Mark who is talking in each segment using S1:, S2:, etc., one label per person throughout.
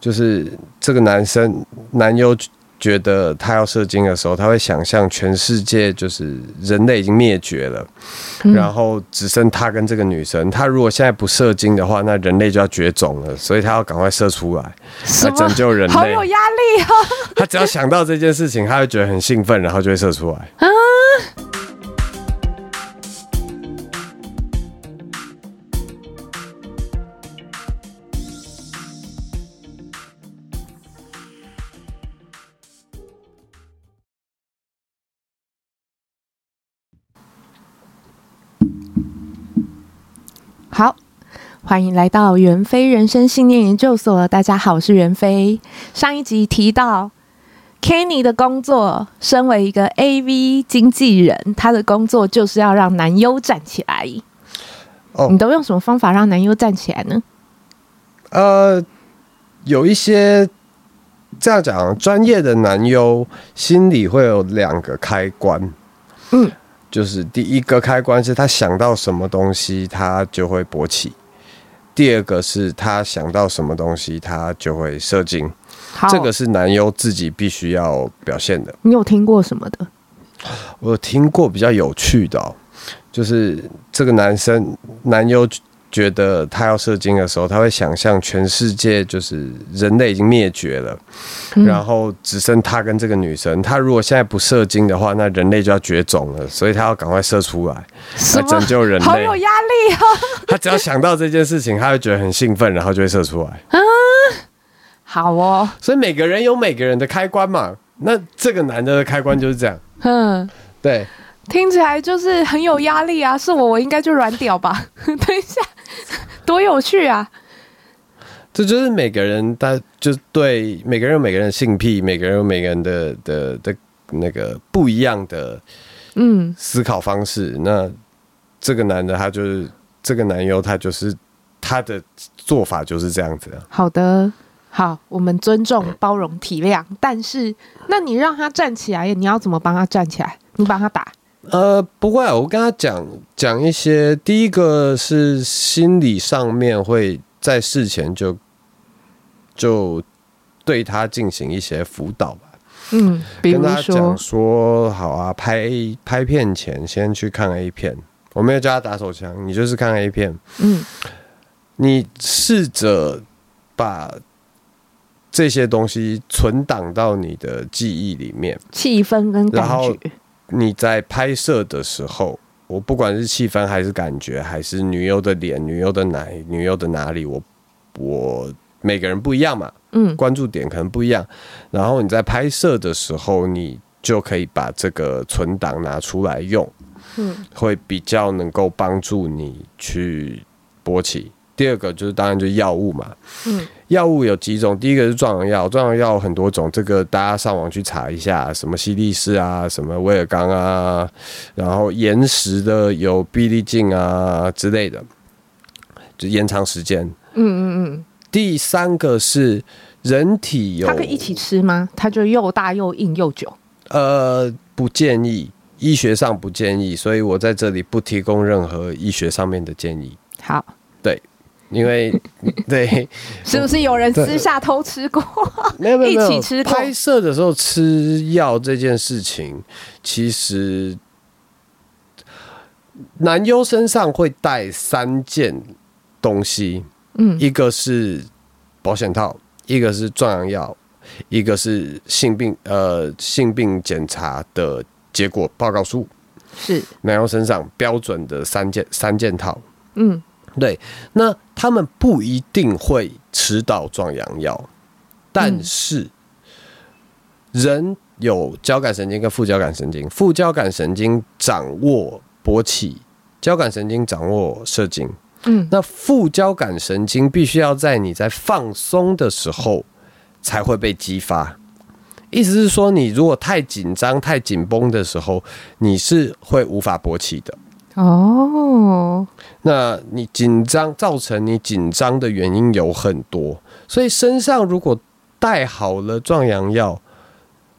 S1: 就是这个男生男优觉得他要射精的时候，他会想象全世界就是人类已经灭绝了，然后只剩他跟这个女生。他如果现在不射精的话，那人类就要绝种了，所以他要赶快射出来
S2: 什
S1: 来
S2: 么
S1: 拯救人
S2: 好
S1: 类
S2: 有。压力哦。
S1: 他只要想到这件事情，他会觉得很兴奋，然后就会射出来。
S2: 啊，好，欢迎来到袁飞人生信念研究所。大家好，我是袁飞。上一集提到 Kenny 的工作，身为一个 AV 经纪人，他的工作就是要让男优站起来。
S1: 哦
S2: 你都用什么方法让男优站起来呢？
S1: 呃，有一些这样讲，专业的男优心里会有两个开关，
S2: 嗯，
S1: 就是第一个开关是他想到什么东西，他就会勃起。第二个是他想到什么东西，他就会射精，
S2: 好，
S1: 这个是男优自己必须要表现的。
S2: 你有听过什么的？
S1: 我有听过比较有趣的、哦，就是这个男生男优觉得他要射精的时候，他会想象全世界就是人类已经灭绝了，
S2: 嗯
S1: 然后只剩他跟这个女生。他如果现在不射精的话，那人类就要绝种了，所以他要赶快射出来
S2: 什
S1: 来
S2: 么
S1: 拯救人
S2: 好有
S1: 类。
S2: 压力哦！
S1: 他只要想到这件事情，他会觉得很兴奋，然后就会射出来。
S2: 好哦，
S1: 所以每个人有每个人的开关嘛。那这个男的的开关就是这样，
S2: 嗯，
S1: 对。
S2: 听起来就是很有压力啊！是我，我应该就软屌吧？ 等一下，多有趣啊！
S1: 这就是每个人，他就对每个人有每个人的性癖，每个人有每个人的的的那个不一样的
S2: 嗯，
S1: 思考方式。那这个男的，他就是这个男优，他就是他的做法就是这样子啊。
S2: 好的，好，我们尊重、包容、体谅。但是，那你让他站起来，你要怎么帮他站起来？你帮他打。
S1: 呃，不会、啊，我跟他讲讲一些。第一个是心理上面会在事前就就对他进行一些辅导吧。
S2: 嗯，比
S1: 跟
S2: 如
S1: 他
S2: 说
S1: 讲，说，好啊，拍拍片前先去看 A 片，我没有叫他打手枪，你就是看 A 片，
S2: 嗯
S1: 你试着把这些东西存档到你的记忆里面，
S2: 气氛跟感
S1: 然后
S2: 觉。
S1: 你在拍摄的时候。我不管是气氛还是感觉，还是女优的脸、女优的奶、女优的哪里，我我每个人不一样嘛，
S2: 嗯，
S1: 关注点可能不一样。然后你在拍摄的时候，你就可以把这个存档拿出来用，
S2: 嗯，
S1: 会比较能够帮助你去勃起。第二个就是当然就是药物嘛，
S2: 嗯，
S1: 药物有几种，第一个是壮阳药，壮阳药有很多种，这个大家上网去查一下，什么西力士啊，什么威尔刚啊，然后延时的有必利净啊之类的，就延长时间。
S2: 嗯嗯
S1: 第三个是人体
S2: 嗯，
S1: 有，
S2: 它可以一起吃吗？它就又大又硬又久。
S1: 呃，不建议，医学上不建议，所以我在这里不提供任何医学上面的建议，
S2: 好，
S1: 因为 对，
S2: 是不是有人
S1: 对
S2: 私下偷 吃过？
S1: 没有没有没
S2: 一起
S1: 有
S2: 吃过
S1: 拍摄的时候吃药这件事情，其实男优身上会带三件东西，
S2: 嗯
S1: 一个是保险套，一个是壮阳药，一个是性病呃性病检查的结果报告书。
S2: 是，
S1: 男优身上标准的三件三件套。
S2: 嗯
S1: 对，那他们不一定会吃到壮阳药，但
S2: 嗯
S1: 是、人有交感神经跟副交感神经，副交感神经掌握勃起，交感神经掌握射精。
S2: 嗯，
S1: 那副交感神经必须要在你在放松的时候才会被激发。意思是说，你如果太紧张、太紧绷的时候，你是会无法勃起的。
S2: 哦，
S1: 那你紧张造成你紧张的原因有很多，所以身上如果带好了壮阳药，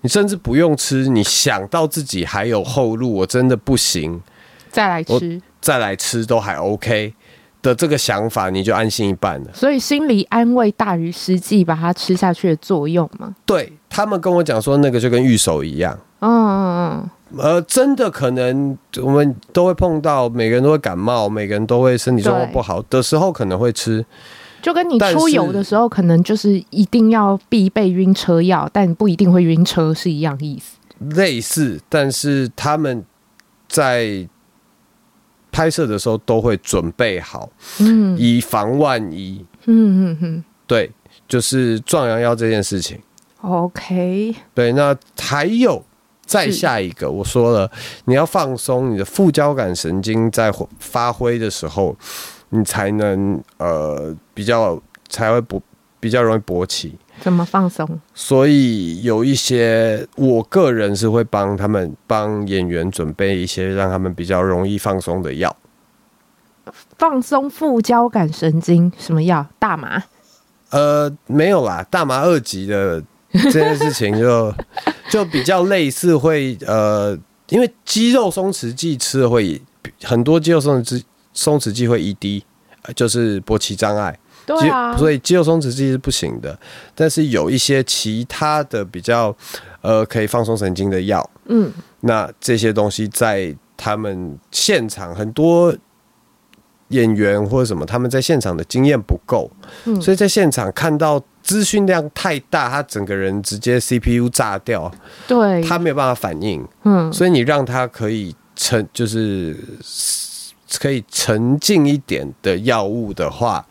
S1: 你甚至不用吃，你想到自己还有后路，我真的不行，
S2: 再来吃，
S1: 再来吃都还 OK。的这个想法，你就安心一半了。
S2: 所以心理安慰大于实际把它吃下去的作用嘛。
S1: 对他们跟我讲说，那个就跟预手一样。
S2: 嗯嗯
S1: 呃，真的可能我们都会碰到，每个人都会感冒，每个人都会身体状况
S2: 对
S1: 不好的时候，可能会吃。
S2: 嗯，就跟你
S1: 但是
S2: 出游的时候，可能就是一定要必备晕车药，但你不一定会晕车是一样意思。
S1: 类似，但是他们在拍摄的时候都会准备好，
S2: 嗯
S1: 以防万一。
S2: 嗯嗯嗯
S1: 对，就是壮阳药这件事情。
S2: ，OK，
S1: 对，那还有再下一个，我说了，你要放松你的副交感神经在活发挥的时候，你才能呃比较才会勃比较容易勃起。
S2: 怎么放松？
S1: 所以有一些，我个人是会帮他们帮演员准备一些让他们比较容易放松的药。
S2: 放松副交感神经什么药？大麻。
S1: 呃，没有啦，大麻二级的这件事情就 就比较类似会呃，因为肌肉松弛剂吃了会很多肌肉松弛剂松弛剂会 ED，呃就是勃起障碍，
S2: 对
S1: 肌
S2: 啊，
S1: 所以肌肉松弛剂是不行的。但是有一些其他的比较呃可以放松神经的药，
S2: 嗯，
S1: 那这些东西在他们现场很多演员或者什么，他们在现场的经验不够，
S2: 嗯
S1: 所以在现场看到资讯量太大，他整个人直接 CPU 炸掉，
S2: 对，
S1: 他没有办法反应，
S2: 嗯，
S1: 所以你让他可以沉，就是可以沉静一点的药物的话，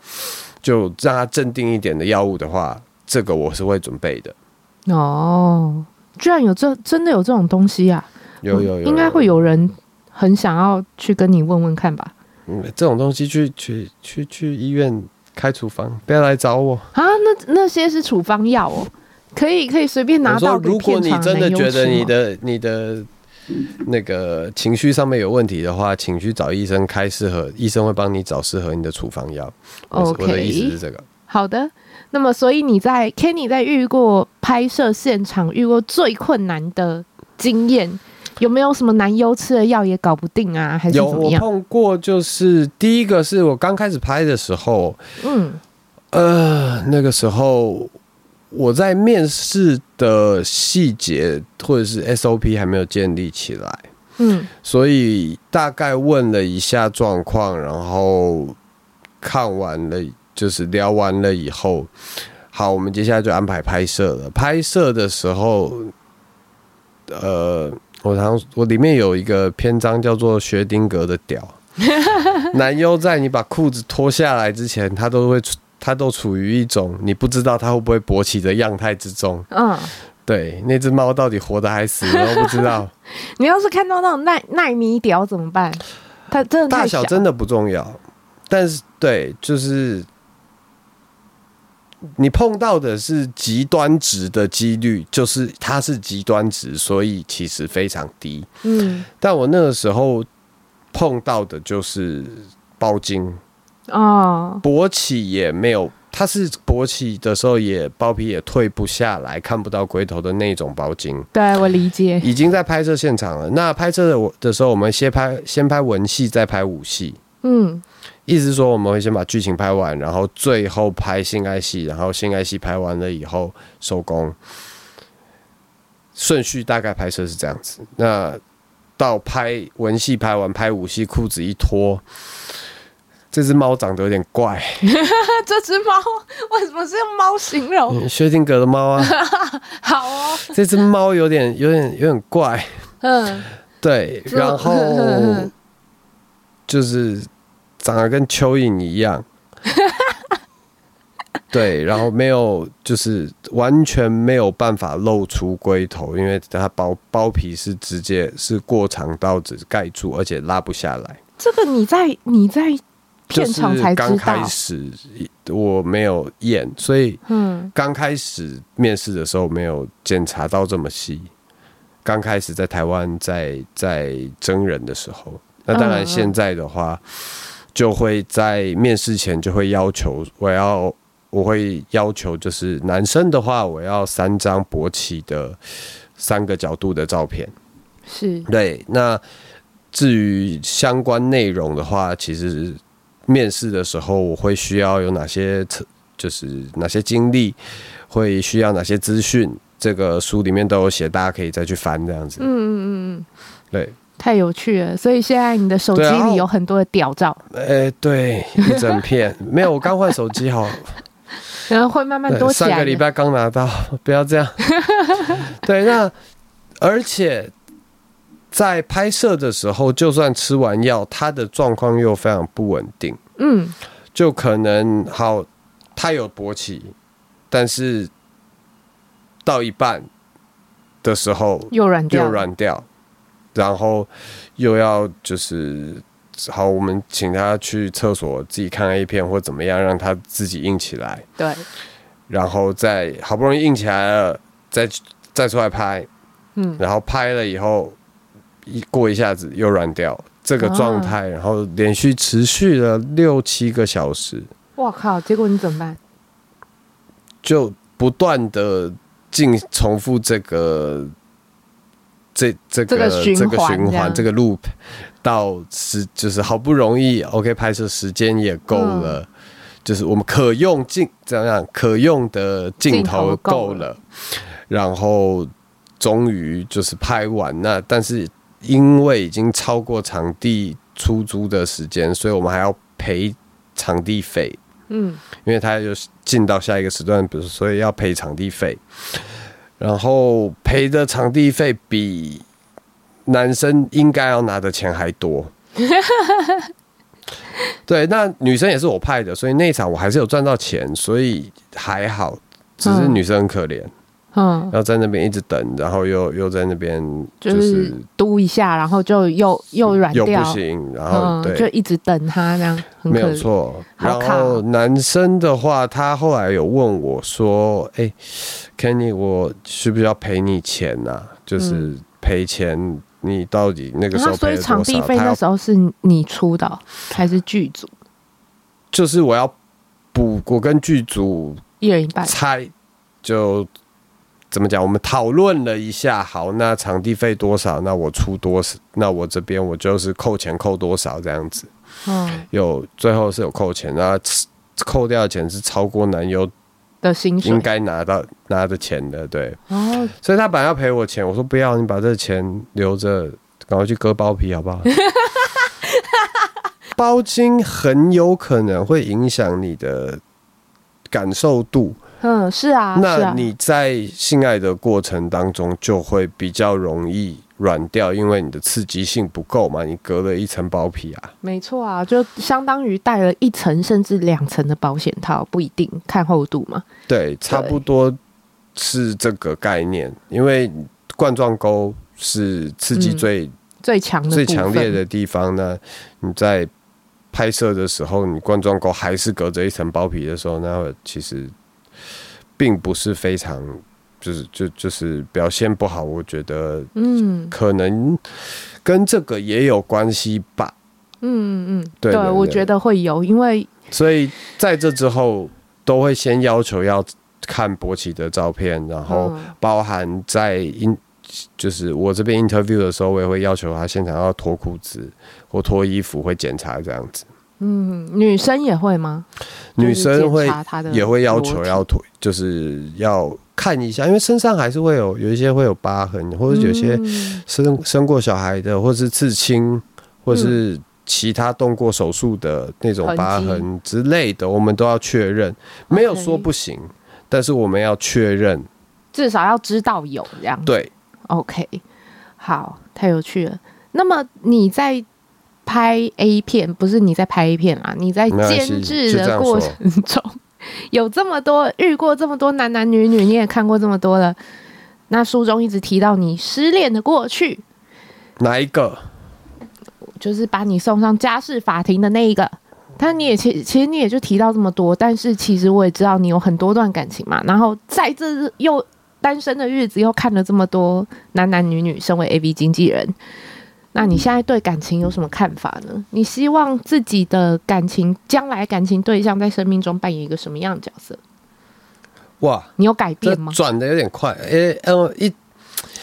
S1: 就让他镇定一点的药物的话，这个我是会准备的。
S2: 哦，居然有这真的有这种东西啊！
S1: 有有有
S2: 应该会有人很想要去跟你问问看吧？
S1: 嗯，这种东西去去去去医院开处方，不要来找我。
S2: 啊，那那些是处方药哦，可以可以随便拿
S1: 我说，
S2: 到。
S1: 如果你真的觉得你，
S2: 啊
S1: 的你的那个情绪上面有问题的话，请去找医生开适合，医生会帮你找适合你的处方药。我是我的
S2: OK
S1: 意思是这个，
S2: 好的。那么，所以你在 Kenny 在遇过拍摄现场遇过最困难的经验，有没有什么男优吃了药也搞不定啊？还是
S1: 有
S2: 怎么
S1: 我
S2: 样？
S1: 碰过，就是第一个是我刚开始拍的时候，
S2: 嗯
S1: 呃，那个时候我在面试的细节或者是 SOP 还没有建立起来。
S2: 嗯
S1: 所以大概问了一下状况，然后看完了，就是聊完了以后，好，我们接下来就安排拍摄了。拍摄的时候，呃，我常我里面有一个篇章叫做薛丁格的屌，男优在你把裤子脱下来之前，他都会处他都处于一种你不知道他会不会勃起的样态之中。
S2: 嗯，
S1: 对，那只猫到底活的还死了，我不知道。
S2: 你要是看到那种奈奈米屌怎么办？它真的
S1: 大
S2: 太
S1: 小真的不重要，但是对，就是你碰到的是极端值的几率，就是它是极端值，所以其实非常低。
S2: 嗯
S1: 但我那个时候碰到的就是包茎，
S2: 哦，
S1: 勃起也没有，它是勃起的时候也包皮也退不下来，看不到龟头的那种包茎。
S2: 对我理解，
S1: 已经在拍摄现场了。那拍摄的我的时候，我们先拍先拍文戏，再拍武戏。
S2: 嗯
S1: 意思是说，我们会先把剧情拍完，然后最后拍性爱戏，然后性爱戏拍完了以后收工。顺序大概拍摄是这样子。那到拍文戏拍完，拍武戏，裤子一脱，这只猫长得有点怪，
S2: 那这只猫为什么是用猫形容？
S1: 嗯薛定谔的猫啊，
S2: 好哦，
S1: 这只猫有点有点有点怪。
S2: 嗯，
S1: 对，
S2: 就
S1: 然
S2: 嗯
S1: 后就是长得跟蚯蚓一 样，对，然后没有就是完全没有办法露出龟头，因为它包包皮是直接是过长刀子盖住，而且拉不下来。
S2: 这个你在你在
S1: 就
S2: 片
S1: 是
S2: 场才
S1: 刚
S2: 知道
S1: 开，始我没有验，所以
S2: 嗯，
S1: 刚开始面试的时候没有检查到这么细，刚开始在台湾在在真人的时候，那当
S2: 嗯
S1: 然
S2: 嗯
S1: 现在的话，就会在面试前就会要求我要我会要求就是男生的话，我要三张勃起的三个角度的照片。
S2: 是
S1: 对，那至于相关内容的话，其实面试的时候，我会需要有哪些特，就是哪些经历，会需要哪些资讯，这个书里面都有写，大家可以再去翻这样子。嗯嗯嗯，对。
S2: 太有趣了。所以现在你的手机
S1: 对啊
S2: 里有很多的屌照，
S1: 呃，对，一整片没有，我刚换手机 好，
S2: 然后会慢慢多
S1: 对，
S2: 起
S1: 上
S2: 来
S1: 个礼
S2: 的。
S1: 拜刚拿到，不要 这样。对，那而且在拍摄的时候，就算吃完药，他的状况又非常不稳定，
S2: 嗯，
S1: 就可能好，他有勃起，但是到一半的时候
S2: 又软掉
S1: 又
S2: 了，
S1: 软掉，然后又要就是好，我们请他去厕所自己看 A 片或怎么样，让他自己硬起来，
S2: 对，
S1: 然后再好不容易硬起来了，再再出来拍，
S2: 嗯，
S1: 然后拍了以后一过一下子又软掉。这个状态，然后连续持续了六七个小时，
S2: 我靠！结果你怎么办？
S1: 就不断的进重复这个这这
S2: 这
S1: 个
S2: 个循环
S1: 这个循
S2: 这样
S1: 环这个 loop 到时就是好不容易 OK 拍摄时间也够
S2: 嗯
S1: 了，就是我们可用镜怎样讲可用的镜头
S2: 镜头够
S1: 够
S2: 了
S1: 了，然后终于就是拍完那，但是因为已经超过场地出租的时间，所以我们还要赔场地费。
S2: 嗯，
S1: 因为他就是进到下一个时段，比如说所以要赔场地费，然后赔的场地费比男生应该要拿的钱还多。对，那女生也是我派的，所以那一场我还是有赚到钱，所以还好。只是女生很可怜，
S2: 嗯，
S1: 要在那边一直等，然后又又在那边
S2: 就
S1: 就是是
S2: 嘟一下，然后就又又软
S1: 又不
S2: 掉，
S1: 行，然后
S2: 嗯，就
S1: 对，
S2: 一直等他这样，很
S1: 没
S2: 可
S1: 有
S2: 怜。
S1: 错。然
S2: 好卡哦
S1: 后男生的话，他后来有问我说：“哎、k e n n y 我需不需要赔你钱呐、就是赔钱，你到底那个时候
S2: 那嗯啊所
S1: 赔
S2: 以
S1: 了
S2: 场
S1: 多
S2: 地
S1: 少？”
S2: 费
S1: 他
S2: 那
S1: 要
S2: 时候是你出的哦，还是剧组
S1: 就是我要补，我跟剧组
S2: 一人一 半？
S1: 猜，就怎么讲？我们讨论了一下，好，那场地费多少？那我出多少？那我这边我就是扣钱扣多少这样子。
S2: 嗯，
S1: 有最后是有扣钱，那扣掉的钱是超过男优
S2: 的薪水
S1: 应。该拿到拿的钱的，对。
S2: 哦，
S1: 所以他本来要赔我钱，我说不要，你把这钱留着，赶快去割包皮好 不好？包茎很有可能会影响你的感受度，
S2: 嗯，是啊，是
S1: 那
S2: 啊，
S1: 你在性爱的过程当中就会比较容易软掉，因为你的刺激性不够嘛，你隔了一层包皮啊。
S2: 没错啊，就相当于戴了一层甚至两层的保险套，不一定看厚度嘛。
S1: 对，差不多是这个概念，因为冠状沟是刺激
S2: 嗯
S1: 最、
S2: 最强的部
S1: 最
S2: 分
S1: 强烈的地方呢，你在拍摄的时候，你冠状沟还是隔着一层包皮的时候，那其实并不是非常，就是就就是表现不好。我觉得
S2: 嗯
S1: 可能跟这个也有关系吧。
S2: 嗯嗯，
S1: 对对
S2: 我
S1: 对
S2: 觉得会有，因为
S1: 所以在这之后，都会先要求要看勃起的照片，然后
S2: 嗯
S1: 包含在 in 就是我这边 interview 的时候，我也会要求他现场要脱裤子或脱衣服，会检查这样子。
S2: 嗯，女生也会吗？
S1: 女生
S2: 就是
S1: 会
S2: 检查她的
S1: 也会要求
S2: 裸体
S1: 要脱，就是要看一下，因为身上还是会有有一些会有疤痕，或者有些
S2: 嗯
S1: 生生过小孩的，或是刺青，或是
S2: 嗯
S1: 其他动过手术的那种疤痕之类的，我们都要确认。没有说不行，但是我们要确认。
S2: 至少要知道有这样。
S1: 对，
S2: OK，好，太有趣了。那么你在拍 A 片，不是你在拍 A 片啦，你在
S1: 没关系
S2: 哎监制
S1: 就这
S2: 的
S1: 样
S2: 过
S1: 说
S2: 程中， 有这么多遇过这么多男男女女，你也看过这么多了。那书中一直提到你失恋的过去，
S1: 哪一个？
S2: 就是把你送上家事法庭的那一个。但你也其其实你也就提到这么多，但是其实我也知道你有很多段感情嘛。然后在这又单身的日子，又看了这么多男男女女，身为 A V 经纪人，那你现在对感情有什么看法呢？你希望自己的感情将来感情对象在生命中扮演一个什么样的角色？
S1: 哇，
S2: 你有改
S1: 这
S2: 变吗？
S1: 转的有点快。诶、嗯，一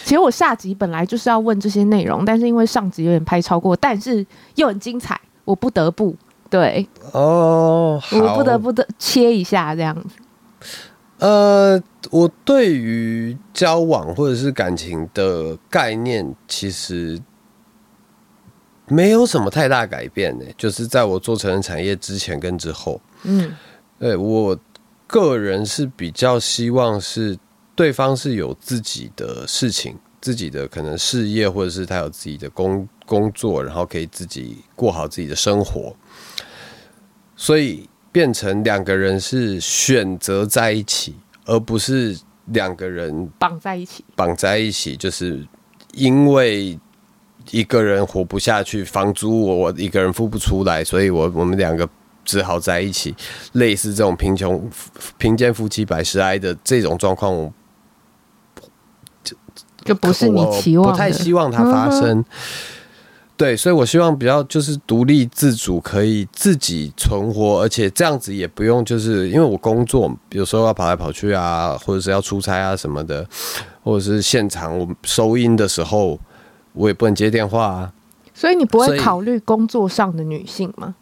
S2: 其实我下集本来就是要问这些内容，但是因为上集有点拍超过，但是又很精彩，我不得不对
S1: 哦，
S2: 我
S1: 好
S2: 不得不得切一下这样子。
S1: 呃，我对于交往或者是感情的概念，其实没有什么太大改变呢、就是在我做成人产业之前跟之后，
S2: 嗯
S1: 对我个人是比较希望是对方是有自己的事情，自己的可能事业，或者是他有自己的工工作，然后可以自己过好自己的生活，所以变成两个人是选择在一起，而不是两个人
S2: 绑在一起。
S1: 绑在一起，就是因为一个人活不下去，房租我我一个人付不出来，所以我我们两个只好在一起。类似这种贫穷贫贱夫妻百事哀的这种状况，我
S2: 就不是你期望
S1: 我
S2: 的，嗯
S1: 不太希望它发生。对，所以我希望比较就是独立自主，可以自己存活，而且这样子也不用就是因为我工作有时候要跑来跑去啊，或者是要出差啊什么的，或者是现场我收音的时候，我也不能接电话啊。
S2: 所以你不
S1: 所
S2: 会
S1: 以
S2: 考虑工作上的女性吗？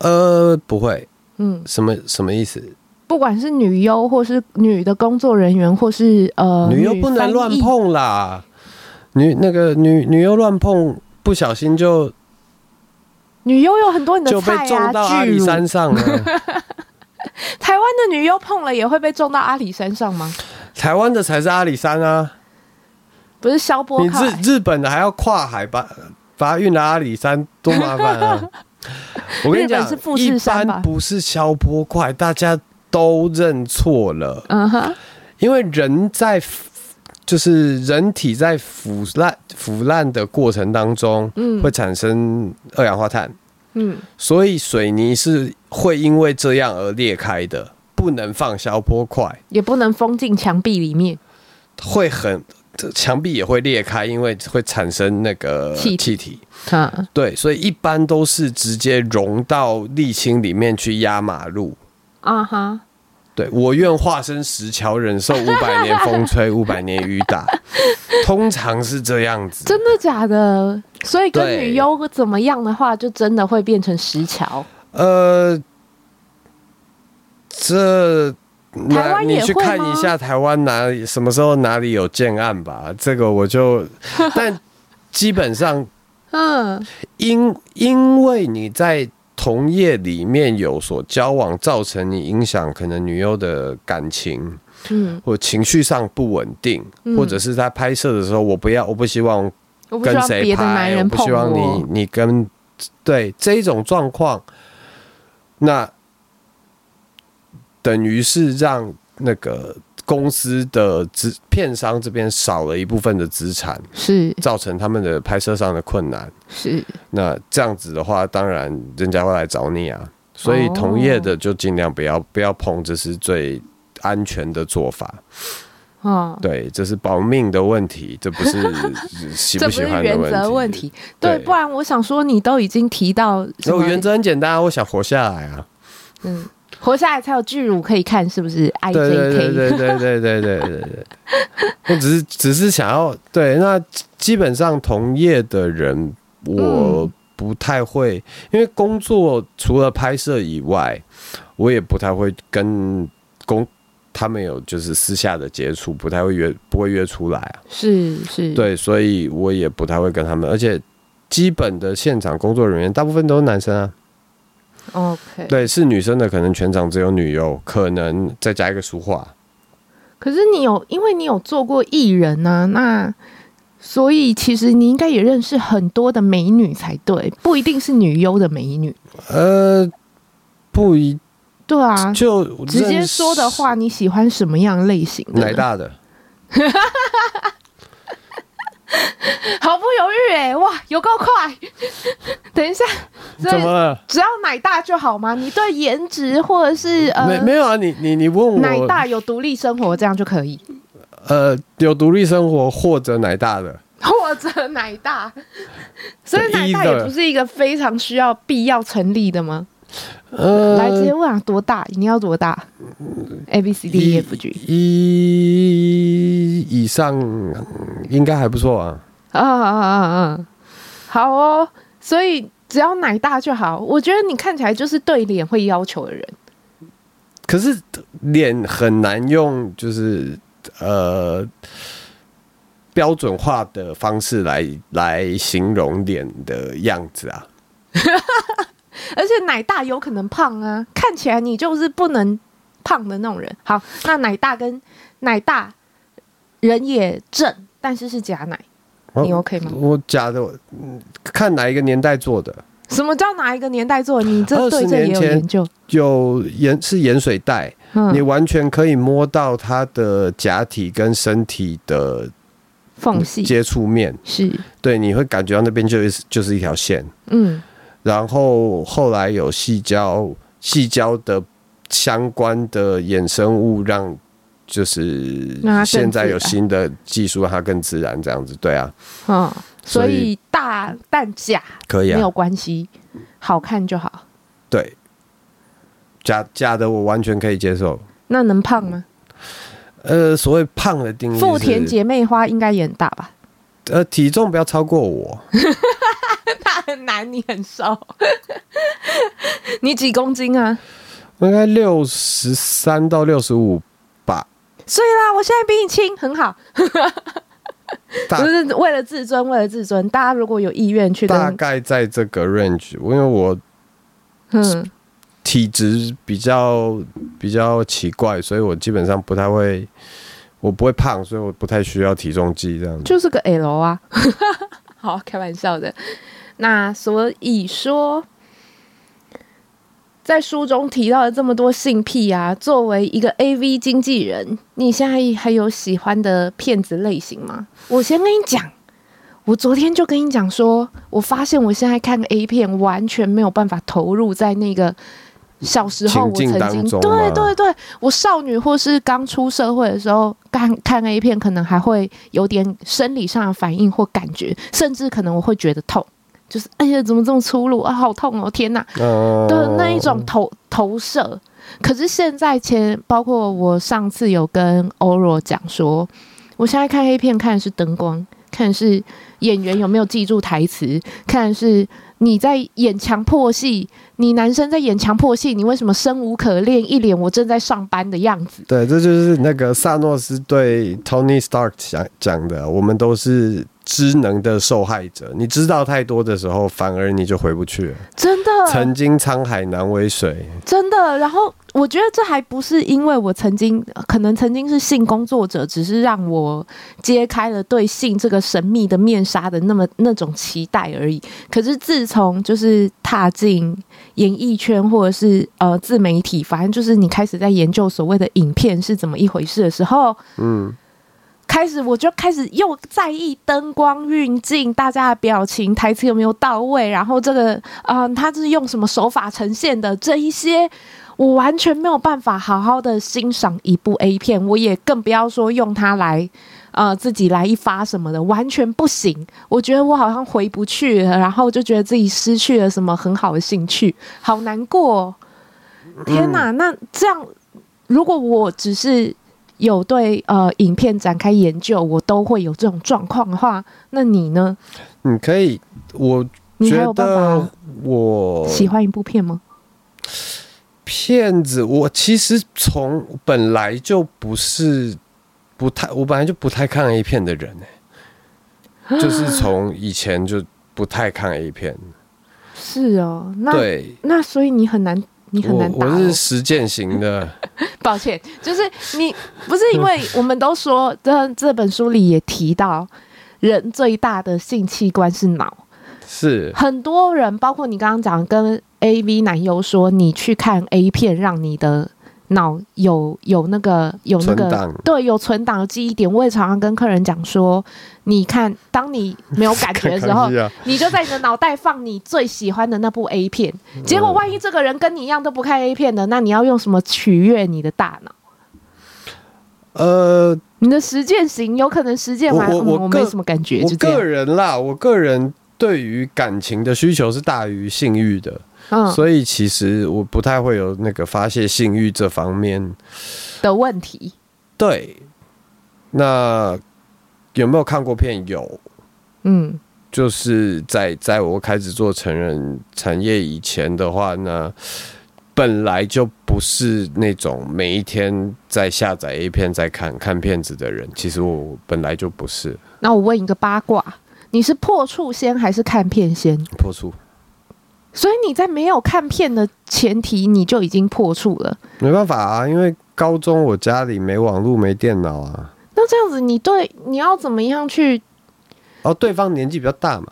S1: 呃，不会，
S2: 嗯，
S1: 什么什么意思？
S2: 不管是女优，或是女的工作人员，或是呃
S1: 女优不能乱
S2: 翻译
S1: 碰啦，女那个女女优乱碰，不小心就
S2: 女优有很多你的
S1: 就被
S2: 菜
S1: 撞到
S2: 啊，
S1: 阿
S2: 巨
S1: 里
S2: 乳。
S1: 山上了。
S2: 台湾的女优碰了也会被撞到阿里山上吗？
S1: 台湾的才是阿里山啊，
S2: 不是消波
S1: 你
S2: 靠海，
S1: 日日本的还要跨海把把它运来阿里山，多麻烦 啊！我跟你
S2: 日
S1: 讲
S2: 本是，富士
S1: 一
S2: 山吧
S1: 般不是消波块，大家都认错了，
S2: 嗯哼，
S1: 因为人在就是人体在腐烂腐烂的过程当中，
S2: 嗯
S1: 会产生二氧化碳，
S2: 嗯，
S1: 所以水泥是会因为这样而裂开的，不能放消波块。
S2: 也不能封进墙壁里面。
S1: 会很这墙壁也会裂开，因为会产生那个
S2: 气
S1: 气
S2: 体
S1: 体。
S2: 嗯，
S1: 对，所以一般都是直接融到沥青里面去压马路。
S2: 啊哈，
S1: 对我愿化身石桥，忍 受五百年风吹，五百年雨打，通常是这样子。
S2: 真的假的？所以跟
S1: 对
S2: 女优怎么样的话，就真的会变成石桥。
S1: 呃，这
S2: 台
S1: 那
S2: 湾也
S1: 你去
S2: 会
S1: 看
S2: 吗
S1: 一下台湾哪里什么时候哪里有建案吧，这个我 就，但基本上
S2: 嗯，
S1: 因因为你在同业里面有所交往，造成你影响可能女优的感情
S2: 嗯，
S1: 或情绪上不稳定，
S2: 嗯
S1: 或者是在拍摄的时候，我不要，我不希望
S2: 我不希
S1: 跟
S2: 望
S1: 谁
S2: 别的男
S1: 拍，
S2: 人
S1: 我不
S2: 碰
S1: 希望你你跟对这种状况，那等于是让那个公司的资片商这边少了一部分的资产，
S2: 是
S1: 造成他们的拍摄上的困难。
S2: 是，
S1: 那这样子的话，当然人家会来找你啊。所以
S2: 哦
S1: 同业的就尽量不要不要碰，这是最安全的做法。
S2: 哦，
S1: 对，这是保命的问题，这不 是喜
S2: 这
S1: 不
S2: 不
S1: 喜
S2: 是
S1: 欢的
S2: 原
S1: 问
S2: 则
S1: 题。
S2: 问题。对，
S1: 对
S2: 不然我想说，你都已经提到什
S1: 那
S2: 么
S1: 我原则很简单啊，我想活下来啊。
S2: 嗯，活下来才有巨乳可以看，是不是？I
S1: 对
S2: J
S1: 对
S2: K，
S1: 对对对对对对对对。 我只是只是想要对，那基本上同业的人我
S2: 嗯
S1: 不太会，因为工作除了拍摄以外，我也不太会跟工他们有就是私下的接触，不太会约不会约出来啊。
S2: 是是，，
S1: 对，所以我也不太会跟他们，而且基本的现场工作人员大部分都是男生啊。
S2: OK。
S1: 对，是女生的可能全场只有女优，可能再加一个书画。
S2: 可是你有，因为你有做过艺人呢、那所以其实你应该也认识很多的美女才对，不一定是女优的美女。
S1: 呃，不一
S2: 对啊，
S1: 就
S2: 直接
S1: 认识
S2: 说的话，你喜欢什么样类型的呢？
S1: 奶大的，
S2: 毫不犹豫哎、哇，有够快！ 等一下，所
S1: 怎
S2: 以
S1: 么了？
S2: 只要奶大就好吗？你对颜值或者是
S1: 没
S2: 呃
S1: 没有啊？你你你问
S2: 奶
S1: 我，
S2: 大有独立生活这样就 可以，
S1: 呃，有独立生活或者奶大的，
S2: 或者奶大， 所以奶大
S1: Either
S2: 也不是一个非常需要必要成立的吗？来直接
S1: 呃，
S2: 问啊，多大？你要多大？A B C D E F G
S1: 一以上应该还不错啊。
S2: 啊啊啊啊！好哦，所以只要奶大就好。我觉得你看起来就是对脸会要求的人。
S1: 可是脸很难用，就是呃标准化的方式来来形容脸的样子啊。
S2: 而且奶大有可能胖啊，看起来你就是不能胖的那种人。好，那奶大跟奶大人也正，但是是假奶，
S1: 哦
S2: 你 OK 吗？
S1: 我假的，嗯看哪一个年代做的，
S2: 什么叫哪一个年代做？你这对
S1: 20
S2: 这也
S1: 年
S2: 有
S1: 前
S2: 研究？
S1: 有盐是盐水袋，你
S2: 嗯，
S1: 完全可以摸到它的假体跟身体的
S2: 缝隙
S1: 接触面，
S2: 是
S1: 对，你会感觉到那边就是就是一条线。
S2: 嗯
S1: 然后后来有细胶，细胶的相关的衍生物让。就是
S2: 让它更
S1: 现在有
S2: 自然
S1: 新的技术，让它更自然这样子，对啊，
S2: 嗯，所
S1: 所以
S2: 以大但假
S1: 可以
S2: 没
S1: 啊
S2: 有，关系，好看就好。
S1: 对，假假的我完全可以接受。
S2: 那能胖吗？
S1: 呃，所谓胖的定义，
S2: 富田，姐妹花应该也很大吧？
S1: 呃，体重不要超过我，
S2: 那很难，你很瘦， 你几公斤啊？
S1: 应该六十三到六十五吧，
S2: 所以啦，我现在比你轻，很好。
S1: 大
S2: 不是为了自尊，为了自尊，大家如果有意愿去
S1: 大
S2: 跟
S1: 概在这个 range，因为我
S2: 嗯
S1: 体质比较比较奇怪，所以我基本上不太会，我不会胖，所以我不太需要体重计这样子。
S2: 就是个 L 啊， 好开玩笑的。那所以说，在书中提到了这么多性癖啊，作为一个 AV 经纪人，你现在还有喜欢的骗子类型吗？我先跟你讲，我昨天就跟你讲说，我发现我现在看 A 片完全没有办法投入在那个。小时候我
S1: 情境
S2: 曾
S1: 当
S2: 经
S1: 中啊
S2: 对
S1: 吗
S2: 对对，我少女或是刚出社会的时候，看看 A 片可能还会有点生理上的反应或感觉，甚至可能我会觉得痛，就是哎呀怎么这么粗鲁啊，好痛哦，天哪！
S1: 嗯，
S2: 的那一种投投射。可是现在前，包括我上次有跟欧若讲说，我现在看黑片看的是灯光，看的是演员有没有记住台词，看的是你在演强迫戏，你男生在演强迫戏，你为什么生无可恋，一脸我正在上班的样子？
S1: 对，这就是那个萨诺斯对 Tony Stark 讲讲的，啊我们都是知能的受害者。你知道太多的时候，反而你就回不去了。
S2: 真的，
S1: 曾经沧海难为水，
S2: 真的，然后我觉得这还不是因为我曾经呃可能曾经是性工作者，只是让我揭开了对性这个神秘的面纱的那么那种期待而已。可是自从就是踏进演艺圈或者是呃自媒体，反正就是你开始在研究所谓的影片是怎么一回事的时候，
S1: 嗯，
S2: 开始我就开始又在意灯光、运镜、大家的表情、台词有没有到位，然后这个啊、呃他是用什么手法呈现的这一些。我完全没有办法好好的欣赏一部 A 片，我也更不要说用它来，呃，自己来一发什么的，完全不行。我觉得我好像回不去了，然后就觉得自己失去了什么很好的兴趣，好难过哦、天哪，
S1: 嗯
S2: 那这样如果我只是有对呃影片展开研究，我都会有这种状况的话，那你呢？
S1: 你可以，我
S2: 你还
S1: 觉
S2: 有办
S1: 得
S2: 法啊
S1: 我
S2: 喜欢一部片吗？
S1: 骗子，我其实从本来就不是不太，我本来就不太看 A 片的人、
S2: 啊
S1: 欸、就是从以前就不太看 A 片。
S2: 是哦，那
S1: 对，
S2: 那所以你很难。你很
S1: 我
S2: 难打
S1: 我
S2: 哦、
S1: 是实践型 的，
S2: 抱歉，就是 你不是因为我们都说这这本书里也提到，人最大的性器官是脑，
S1: 是
S2: 很多人，包括你刚刚讲跟 A V 男优说，你去看 A 片，让你的脑有有那个有那
S1: 存
S2: 个
S1: 档
S2: 对有存档的记忆点。我也常常跟客人讲说，你看，当你没有感觉的时候
S1: 看看一。下
S2: 你就在你的脑袋放你最喜欢的那部 A 片，
S1: 嗯
S2: 结果万一这个人跟你一样都不看 A 片的，那你要用什么取悦你的大脑？
S1: 呃，
S2: 你的实践型有可能实践完，
S1: 我我
S2: 嗯
S1: 我
S2: 我
S1: 个
S2: 没什么感觉，
S1: 我
S2: 就这
S1: 个
S2: 样。
S1: 人啦，我个人对于感情的需求是大于性欲的，
S2: 嗯，
S1: 所以其实我不太会有那个发泄性欲这方面。
S2: 的问题
S1: 对，那有没有看过片？有，
S2: 嗯，
S1: 就是在在我开始做成人产业以前的话呢，本来就不是那种每一天在下载 A 片在看看片子的人，其实我本来就不是
S2: 那我问一个八卦，你是破处先还是看片先？
S1: 破处，
S2: 所以你在没有看片的前提，你就已经破处了。
S1: 没办法啊，因为高中我家里没网络没电脑啊，
S2: 那这样子，你对你要怎么样去？
S1: 哦，对方年纪比较大嘛，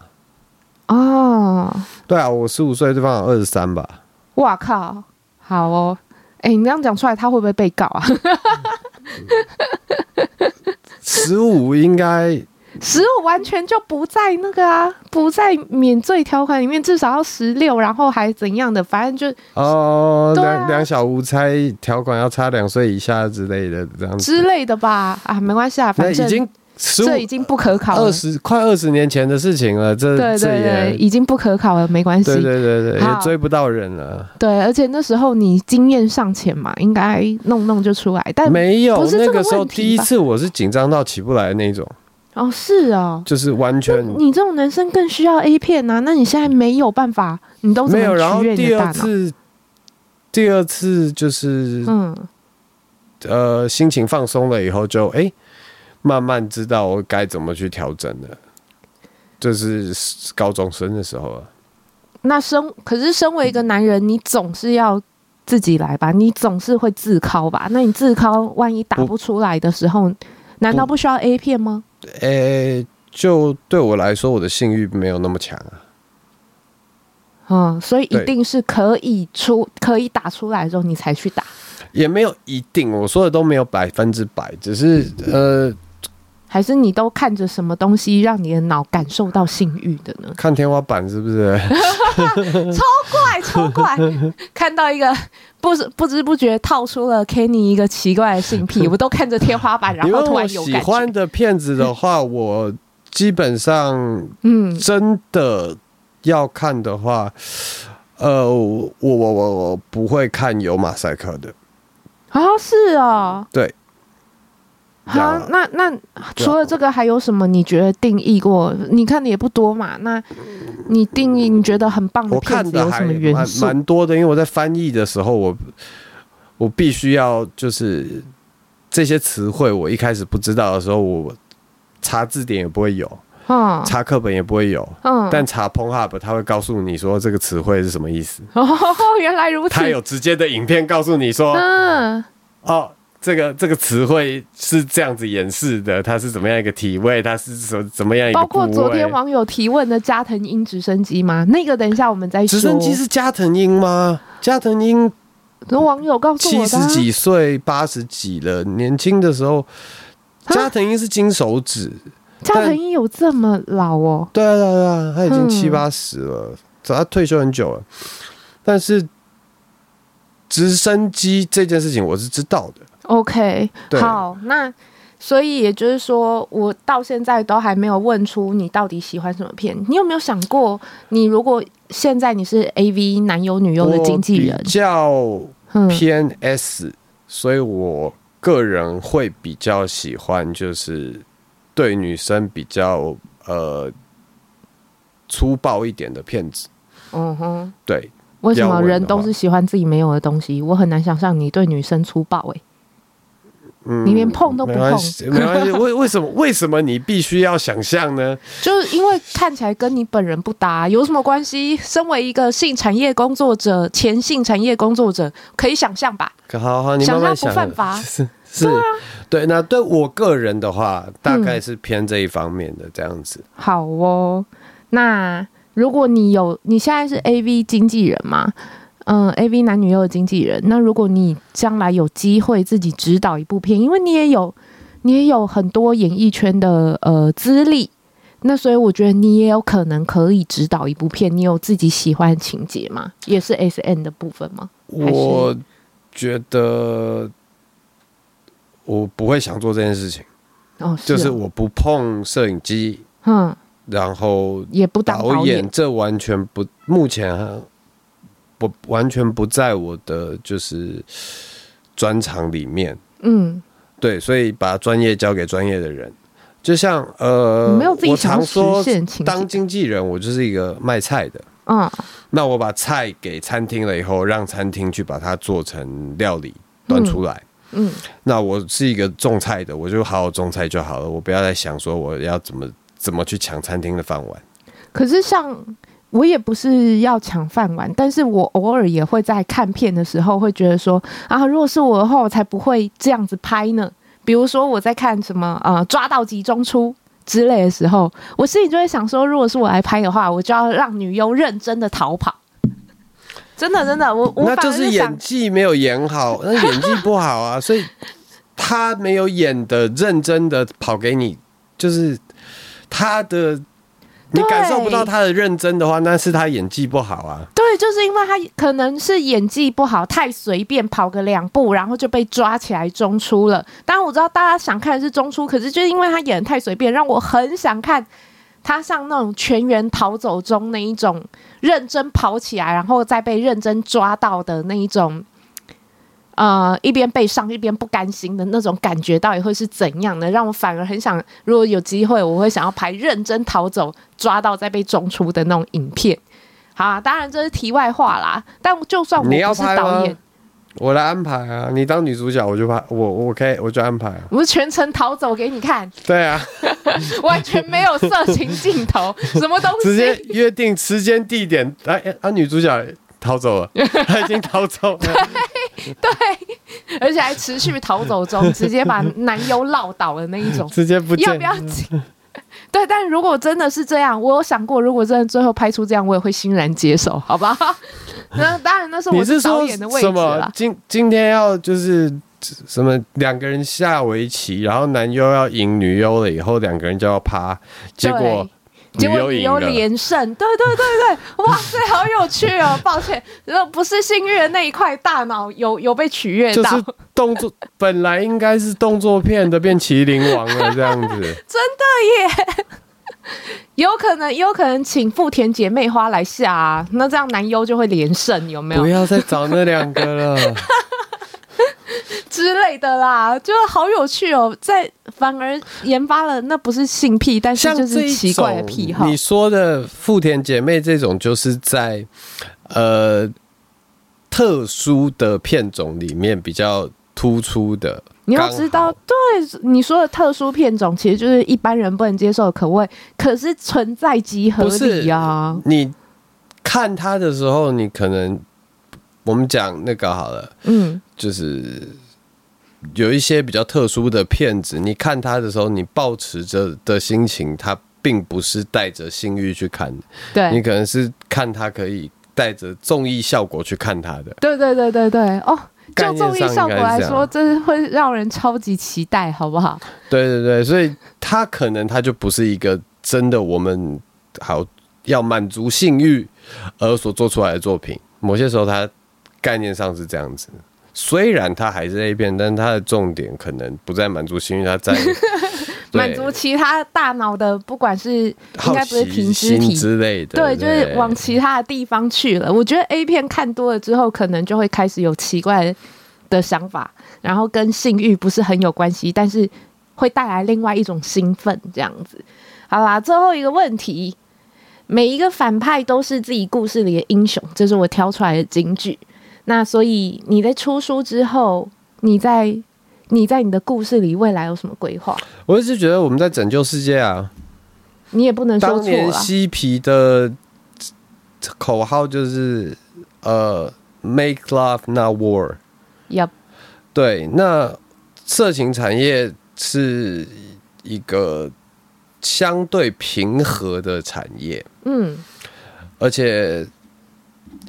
S2: 哦，
S1: 对啊，我十五岁，对方二十三吧，
S2: 哇靠，好哦。哎、你这样讲出来，他会不会被告啊？
S1: 十五应该
S2: 十五完全就不在那个啊，不在免罪条款里面，至少要十六，然后还怎样的？反正就
S1: 哦，
S2: 对啊
S1: 两两小无猜条款要差两岁以下之类的这样子，
S2: 之类的吧。啊，没关系啊，
S1: 那
S2: 反正
S1: 已经十五
S2: 这已经不可考了
S1: 二。十快二十年前的事情了，这
S2: 对对
S1: 这
S2: 对，
S1: 也
S2: 已经不可考了，没关系。
S1: 对对对对，
S2: 好
S1: 也追不到人了。
S2: 对，而且那时候你经验尚浅嘛，应该弄弄就出来。但
S1: 没有
S2: 哎不是这
S1: 那
S2: 个
S1: 个时候
S2: 问题
S1: 第一
S2: 吧
S1: 次我是紧张到起不来的那种，
S2: 哦，是哦，
S1: 就是完全
S2: 你这种男生更需要 A 片啊。那你现在没有办法，你都怎
S1: 没有。然
S2: 么
S1: 后
S2: 取悦你
S1: 第
S2: 的大
S1: 二
S2: 脑？
S1: 次，第二次就是
S2: 嗯，
S1: 呃心情放松了以后就，哎慢慢知道我该怎么去调整了。就是高中生的时候啊，
S2: 那身可是身为一个男人，你总是要自己来吧，你总是会自拷吧？那你自拷万一打
S1: 不
S2: 不出来的时候，难道不需要 A 片吗？
S1: 诶，就对我来说，我的性欲没有那么强啊。
S2: 嗯，所以一
S1: 对
S2: 定是可以出可以打出来的时候，你才去打，
S1: 也没有一定，我说的都没有百分之百，只是呃
S2: 还是你都看着什么东西让你的脑感受到性欲的呢？
S1: 看天花板是不是？
S2: 快超 怪！看到一个不知不知不觉套出了 Kenny 一个奇怪的性 癖，我都看着天花板，然
S1: 你
S2: 后
S1: 问
S2: 突
S1: 我
S2: 然有
S1: 喜
S2: 感
S1: 欢
S2: 觉。
S1: 的片子的话，我基本上
S2: 嗯，
S1: 真的要看的话，呃，我我我我不会看有马赛克的，
S2: 啊，是哦，
S1: 对。这样
S2: 好
S1: 啊，
S2: 那那除了这个还有什么？你觉得定义过？你看的也不多嘛，那你定义你觉得很棒的
S1: 我
S2: 片
S1: 看
S2: 子
S1: 的
S2: 有
S1: 还
S2: 什么
S1: 蛮
S2: 元素？
S1: 蛮多的，因为我在翻译的时候，我我必须要就是这些词汇，我一开始不知道的时候，我查字典也不会有，
S2: 嗯
S1: 查课本也不会有，
S2: 嗯，
S1: 但查 p o n h u b 他会告诉你说这个词汇是什么意思，
S2: 哦， 原来如
S1: 他
S2: 此。
S1: 有直接的影片告诉你说，
S2: 嗯，
S1: 哦，这个这个词汇是这样子演示的，它是怎么样一个体位，它是什怎么样一个
S2: 包
S1: 部
S2: 括
S1: 位。
S2: 昨天网友提问的加藤鹰直升机吗？那个等一下我们再说。
S1: 直升机是加藤鹰吗？加藤鹰
S2: 那网友告诉
S1: 七
S2: 我的、
S1: 十
S2: 啊，
S1: 几岁、八十几了，年轻的时候，
S2: 啊
S1: 加藤鹰是金手指，
S2: 加藤鹰有这么老哦？
S1: 对啊对啊对啊，他已经
S2: 嗯
S1: 七八十了，早他退休很久了。但是直升机这件事情我是知道的，
S2: OK，
S1: 对
S2: 好，那所以也就是说，我到现在都还没有问出你到底喜欢什么片。你有没有想过，你如果现在你是 AV 男优女优的经纪
S1: 我
S2: 人
S1: 比，较
S2: 嗯，
S1: 偏 S，、所以我个人会比较喜欢，就是对女生比较呃粗暴一点的片子。
S2: 嗯哼，
S1: 对，
S2: 为什
S1: 要
S2: 么
S1: 问的
S2: 人都
S1: 话
S2: 是喜欢自己没有的东西？我很难想象你对女生粗暴哎、
S1: 嗯
S2: 你连碰都不
S1: 没关系，没关 系。为为什么为什么你必须要想象呢？
S2: 就是因为看起来跟你本人不搭，有什么关系？身为一个性产业工作者，前性产业工作者，可以想象吧？
S1: 好好，你慢
S2: 想
S1: 慢
S2: 象
S1: 想。啊
S2: 不犯法 啊
S1: 是是，对。那对我个人的话，大概是偏这一方面的这样子。
S2: 好哦，那如果你有，你现在是 A V 经纪人嘛？嗯，A V 男女优的经纪人。那如果你将来有机会自己指导一部片，因为你也有你也有很多演艺圈的呃资历，那所以我觉得你也有可能可以指导一部片。你有自己喜欢的情节吗？也是 S N 的部分吗？嗯还是
S1: 我觉得我不会想做这件事情。
S2: 哦，
S1: 就是是
S2: 哦
S1: 我不碰摄影机，
S2: 嗯，
S1: 然后
S2: 也不当
S1: 导
S2: 导
S1: 演这完全不，目前啊不完全不在我的就是专长里面。
S2: 嗯
S1: 对，所以把专业交给专业的人。就像呃，
S2: 你没有自己
S1: 我
S2: 想
S1: 常
S2: 要
S1: 说
S2: 实现情景
S1: 当经纪人，我就是一个卖菜的。
S2: 嗯
S1: 那我把菜给餐厅了以后，让餐厅去把它做成料理端出来。
S2: 嗯
S1: 那我是一个种菜的，我就好好种菜就好了，我不要再想说我要怎么怎么去抢餐厅的饭碗。
S2: 可是像我也不是要抢饭碗，但是我偶尔也会在看片的时候会觉得说啊，如果是我的话，我才不会这样子拍呢。比如说我在看什么呃抓到集中出之类的时候，我心里就会想说，如果是我来拍的话，我就要让女优认真的逃跑。真的真的，我我
S1: 那
S2: 反
S1: 就
S2: 而
S1: 是
S2: 想
S1: 演技没有演 好，那演技不好啊，所以他没有演的认真的跑给你，就是他的你
S2: 对
S1: 感受不到他的认真的话，那是他演技不好啊。
S2: 对，就是因为他可能是演技不好，太随便跑个两步，然后就被抓起来中出了。当然我知道大家想看的是中出，可是就是因为他演的太随便，让我很想看他像那种全员逃走中那一种认真跑起来，然后再被认真抓到的那一种。呃，一边被伤一边不甘心的那种感觉，到底会是怎样的？让我反而很想，如果有机会，我会想要拍认真逃走、抓到再被中出的那种影片。好、啊，当然这是题外话啦。但就算我
S1: 你要
S2: 不是
S1: 拍
S2: 导
S1: 吗
S2: 演，？
S1: 我来安排啊，你当女主角我就拍，我我可以我就安排啊。
S2: 我是全程逃走给你看，
S1: 对啊，
S2: 完全没有色情 镜头，什么东
S1: 直接
S2: 西？啊
S1: 约定时间地点，哎哎啊，女主角逃走了，她已经逃 走了。
S2: 对，而且还持续逃走中，直接把男优撂倒的那一种。
S1: 直接 不见。
S2: 要不要紧？ 对，但如果真的是这样，我有想过，如果真的最后拍出这样，我也会欣然接受，好不好？ 那当然，那是
S1: 你
S2: 我
S1: 是
S2: 导
S1: 说
S2: 演的位置
S1: 什么
S2: 啦？。
S1: 今今天要就是什么两个人下围棋，然后男优要赢女优了以后，两个人就要趴，结果
S2: 结果
S1: 优
S2: 你
S1: 赢
S2: 有
S1: 了。
S2: 连胜，对对对对，哇塞，好有趣哦！抱歉，那不是幸运的那一块大脑有有被取悦
S1: 就
S2: 到，
S1: 是动作 本来应该是动作片的，变麒麟王了这样子。
S2: 有可能有可能请富田姐妹花来下、啊，那这样男优就会连胜，有 没有
S1: 不？要再找那两个 了。
S2: 之类的啦，就好有趣哦。在反而研发了，那不是性癖，但是
S1: 像
S2: 就
S1: 这
S2: 是
S1: 一
S2: 奇怪的癖好
S1: 种。你说的富田姐妹这种，就是在呃特殊的片种里面比较突出的。
S2: 你要
S1: 刚
S2: 知道
S1: 好，
S2: 对你说的特殊片种，其实就是一般人不能接受的口味，可是存在即合
S1: 不是
S2: 理啊。
S1: 你看他的时候，你可能我们讲那个好了，
S2: 嗯，
S1: 就是有一些比较特殊的片子，你看他的时候，你抱持着的心情，他并不是带着性欲去看，你
S2: 对，
S1: 可能是看他可以带着综艺效果去看他的。
S2: 对对对对对，哦。
S1: 概
S2: 就
S1: 念
S2: 综艺
S1: 上
S2: 效果
S1: 应该是
S2: 来
S1: 这样
S2: 说，真的会让人超级期待，好不好？
S1: 对对对，所以他可能他就不是一个真的我们好要满足性欲而所做出来的作品。某些时候，它概念上是这样子。虽然它还是 A 片，但它的重点可能不在满足性欲，它 在对
S2: 满足其他大脑的，不管是应
S1: 好
S2: 该不是
S1: 奇
S2: 平肢
S1: 心
S2: 体
S1: 之类的。
S2: 对，就是往其他的地方去了。我觉得 A 片看多了之后，可能就会开始有奇怪的想法，然后跟性欲不是很有关系，但是会带来另外一种兴奋这样子。好啦，最后一个问题，每一个反派都是自己故事里的英雄，这是我挑出来的金句。那所以你在出书之后，你在你在你的故事里未来有什么规划？
S1: 我一直觉得我们在拯救世界啊。
S2: 你也不能说
S1: 当
S2: 错
S1: 年
S2: 了。
S1: 嬉皮的口号就是呃，make love not war。
S2: Yup
S1: 对，那色情产业是一个相对平和的产业，
S2: 嗯，
S1: 而且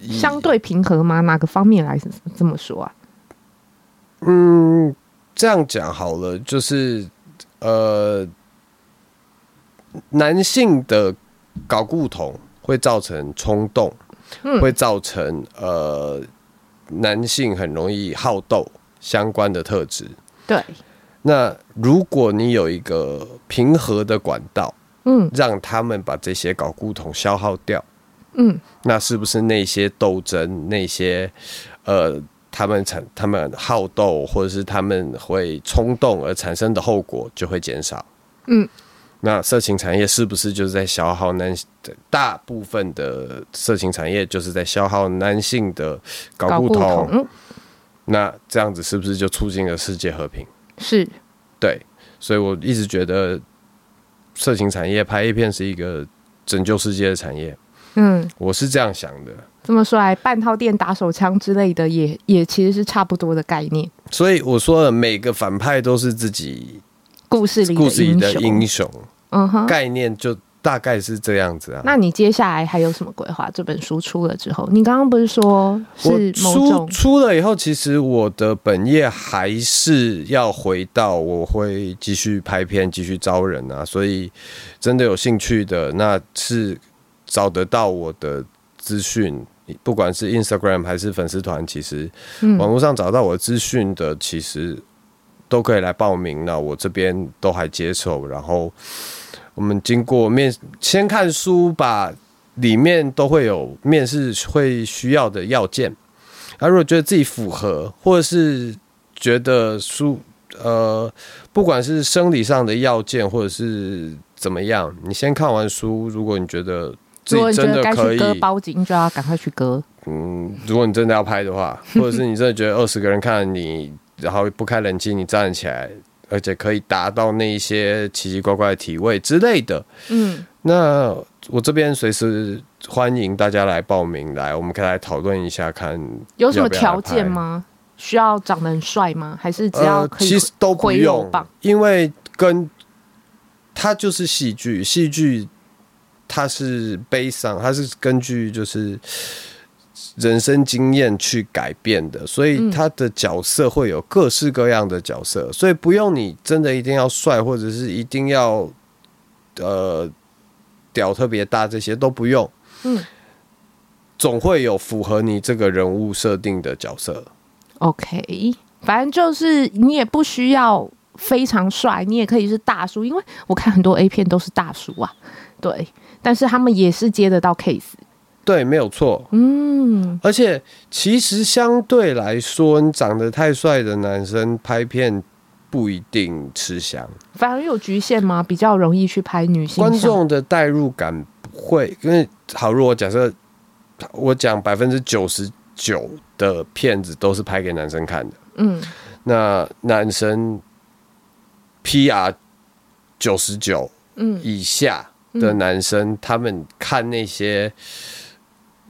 S1: 以
S2: 相对平和吗？哪个方面来这么说啊？
S1: 嗯，这样讲好了，就是呃，男性的睾固酮会造成冲动，
S2: 嗯
S1: 会造成呃男性很容易好斗相关的特质。
S2: 对，
S1: 那如果你有一个平和的管道，
S2: 嗯
S1: 让他们把这些睾固酮消耗掉，
S2: 嗯，
S1: 那是不是那些斗争，那些呃，他们产他们好斗，或者是他们会冲动而产生的后果就会减少？
S2: 嗯，
S1: 那色情产业是不是就是在消耗男？大部分的色情产业就是在消耗男性的睾
S2: 搞
S1: 固
S2: 不
S1: 酮。
S2: 同嗯
S1: 那这样子是不是就促进了世界和平？
S2: 是
S1: 对，所以我一直觉得色情产业拍 A 片是一个拯救世界的产业，
S2: 嗯，
S1: 我是这样想的。
S2: 这么说来，半套店打手枪之类的也也其实是差不多的概念，
S1: 所以我说了，每个反派都是自己
S2: 故事里
S1: 故事里的
S2: 英
S1: 英
S2: 雄。
S1: 雄，
S2: 嗯哼，
S1: 概念就大概是这样子啊。
S2: 那你接下来还有什么规划？这本书出了之后，你刚刚不是说
S1: 我
S2: 是某
S1: 出
S2: 种
S1: 出了以后，其实我的本业还是要回到，我会继续拍片，继续招人啊。所以真的有兴趣的，那是找得到我的资讯，不管是 Instagram 还是粉丝团，其实网
S2: 嗯
S1: 络上找到我资讯的，其实都可以来报名了。我这边都还接受，然后我们经过面，先看书吧，里面都会有面试会需要的要件。啊，如果觉得自己符合，或者是觉得书呃，不管是生理上的要件，或者是怎么样，你先看完书，如果你觉得自
S2: 如果
S1: 己
S2: 你觉
S1: 真的
S2: 得该
S1: 可
S2: 去
S1: 以，
S2: 割包茎，就要赶快去割。
S1: 嗯，如果你真的要拍的话， 或者是你真的觉得二十个人看你，然后不开冷气，你站起来，而且可以达到那一些奇奇怪怪的体位之类的，
S2: 嗯，
S1: 那我这边随时欢迎大家来报名来，我们可以来讨论一下看。
S2: 有什么
S1: 要不要来
S2: 条件
S1: 拍
S2: 吗？需要长得很帅吗？还是只要可以
S1: 呃其实都不
S2: 回
S1: 用
S2: 肉棒，
S1: 因为跟它就是戏剧，戏剧它是悲伤，它是根据就是人生经验去改变的，所以
S2: 嗯
S1: 他的角色会有各式各样的角色，所以不用你真的一定要帅，或者是一定要呃屌特别大，这些都不用。
S2: 嗯
S1: 总会有符合你这个人物设定的角色，
S2: OK，反正就是你也不需要非常帅，你也可以是大叔，因为我看很多 A 片都是大叔啊，对，但是他们也是接得到 case，
S1: 对，没有错。
S2: 嗯，
S1: 而且其实相对来说，你长得太帅的男生拍片不一定吃香，
S2: 反而有局限吗？比较容易去拍女性
S1: 观
S2: 向
S1: 众的代入感不会。因为好，如果假设我讲百分之九十九的片子都是拍给男生看的，
S2: 嗯
S1: 那男生 PR 九十九
S2: 嗯
S1: 以下的男生，他们看那些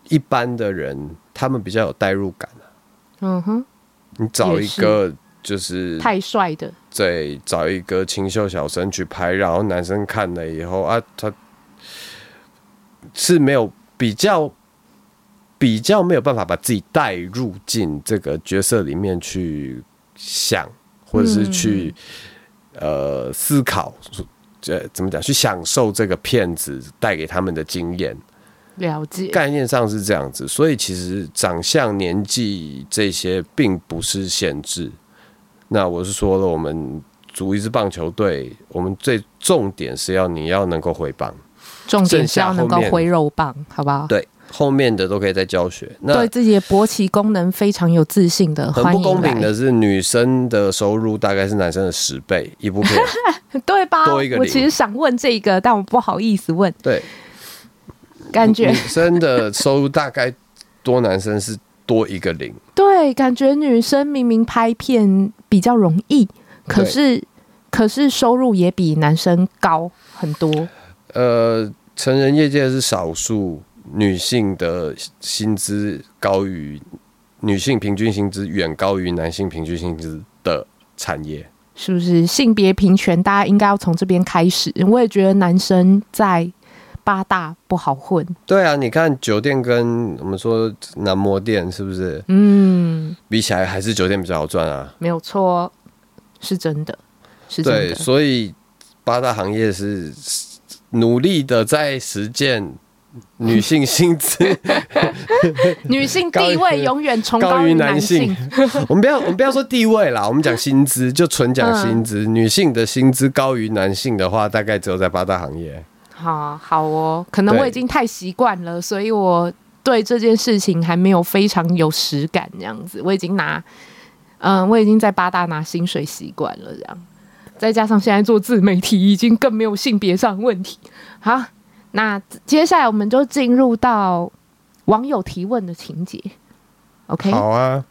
S1: 一般的人，他们比较有代入感。啊
S2: 嗯哼，
S1: 你找
S2: 也
S1: 一
S2: 是
S1: 个就是
S2: 太帅的，
S1: 再找一个清秀小生去拍，然后男生看了以后啊，他是没有比较比较没有办法把自己带入进这个角色里面去想，或者是去、呃思考，这怎么讲？去享受这个片子带给他们的经验。
S2: 了解，
S1: 概念上是这样子，所以其实长相、年纪这些并不是限制。那我是说了，我们组一支棒球队，我们最重点是要你要能够挥棒，
S2: 重点
S1: 剩
S2: 是
S1: 下
S2: 要能
S1: 后
S2: 够
S1: 面
S2: 挥肉棒，好不好？
S1: 对，后面的都可以再教学。那
S2: 对自己的勃起功能非常有自信的，
S1: 很
S2: 欢
S1: 不
S2: 迎
S1: 公平
S2: 来
S1: 的，是，女生的收入大概是男生的十倍一 部片。
S2: 对吧？
S1: 多一个
S2: 我
S1: 零
S2: 其实想问这个，但我不好意思问，
S1: 对，
S2: 感觉
S1: 女生的收入大概多男生是多一个零。
S2: 对，感觉女生明明拍片比较容易，可是可是收入也比男生高很多。
S1: 呃，成人业界是少数女性的薪资高于女性平均薪资远高于男性平均薪资的产业。
S2: 是不是性别平权？大家应该要从这边开始。我也觉得男生在八大不好混，
S1: 对啊，你看酒店跟我们说男模店是不是
S2: 嗯，
S1: 比起来还是酒店比较好赚啊？
S2: 没有错，是真的，是真
S1: 对，
S2: 的。
S1: 所以八大行业是努力的在实践女性薪资
S2: 女性
S1: 高
S2: 地
S1: 于
S2: 位永远崇
S1: 高于
S2: 于
S1: 男性嗯
S2: 性，。
S1: 我们不要我们不要说地位啦，我们讲薪资，就纯讲薪资。女性的薪资高于男性的话，大概只有在八大行业。
S2: 好好哦，可能我
S1: 对
S2: 已经太习惯了，所以我对这件事情还没有非常有实感呃这样子。我已经拿，嗯，我已经在八大拿薪水习惯了这样。再加上现在做自媒体，已经更没有性别上的问题。好，那接下来我们就进入到网友提问的情节。OK，
S1: 好啊，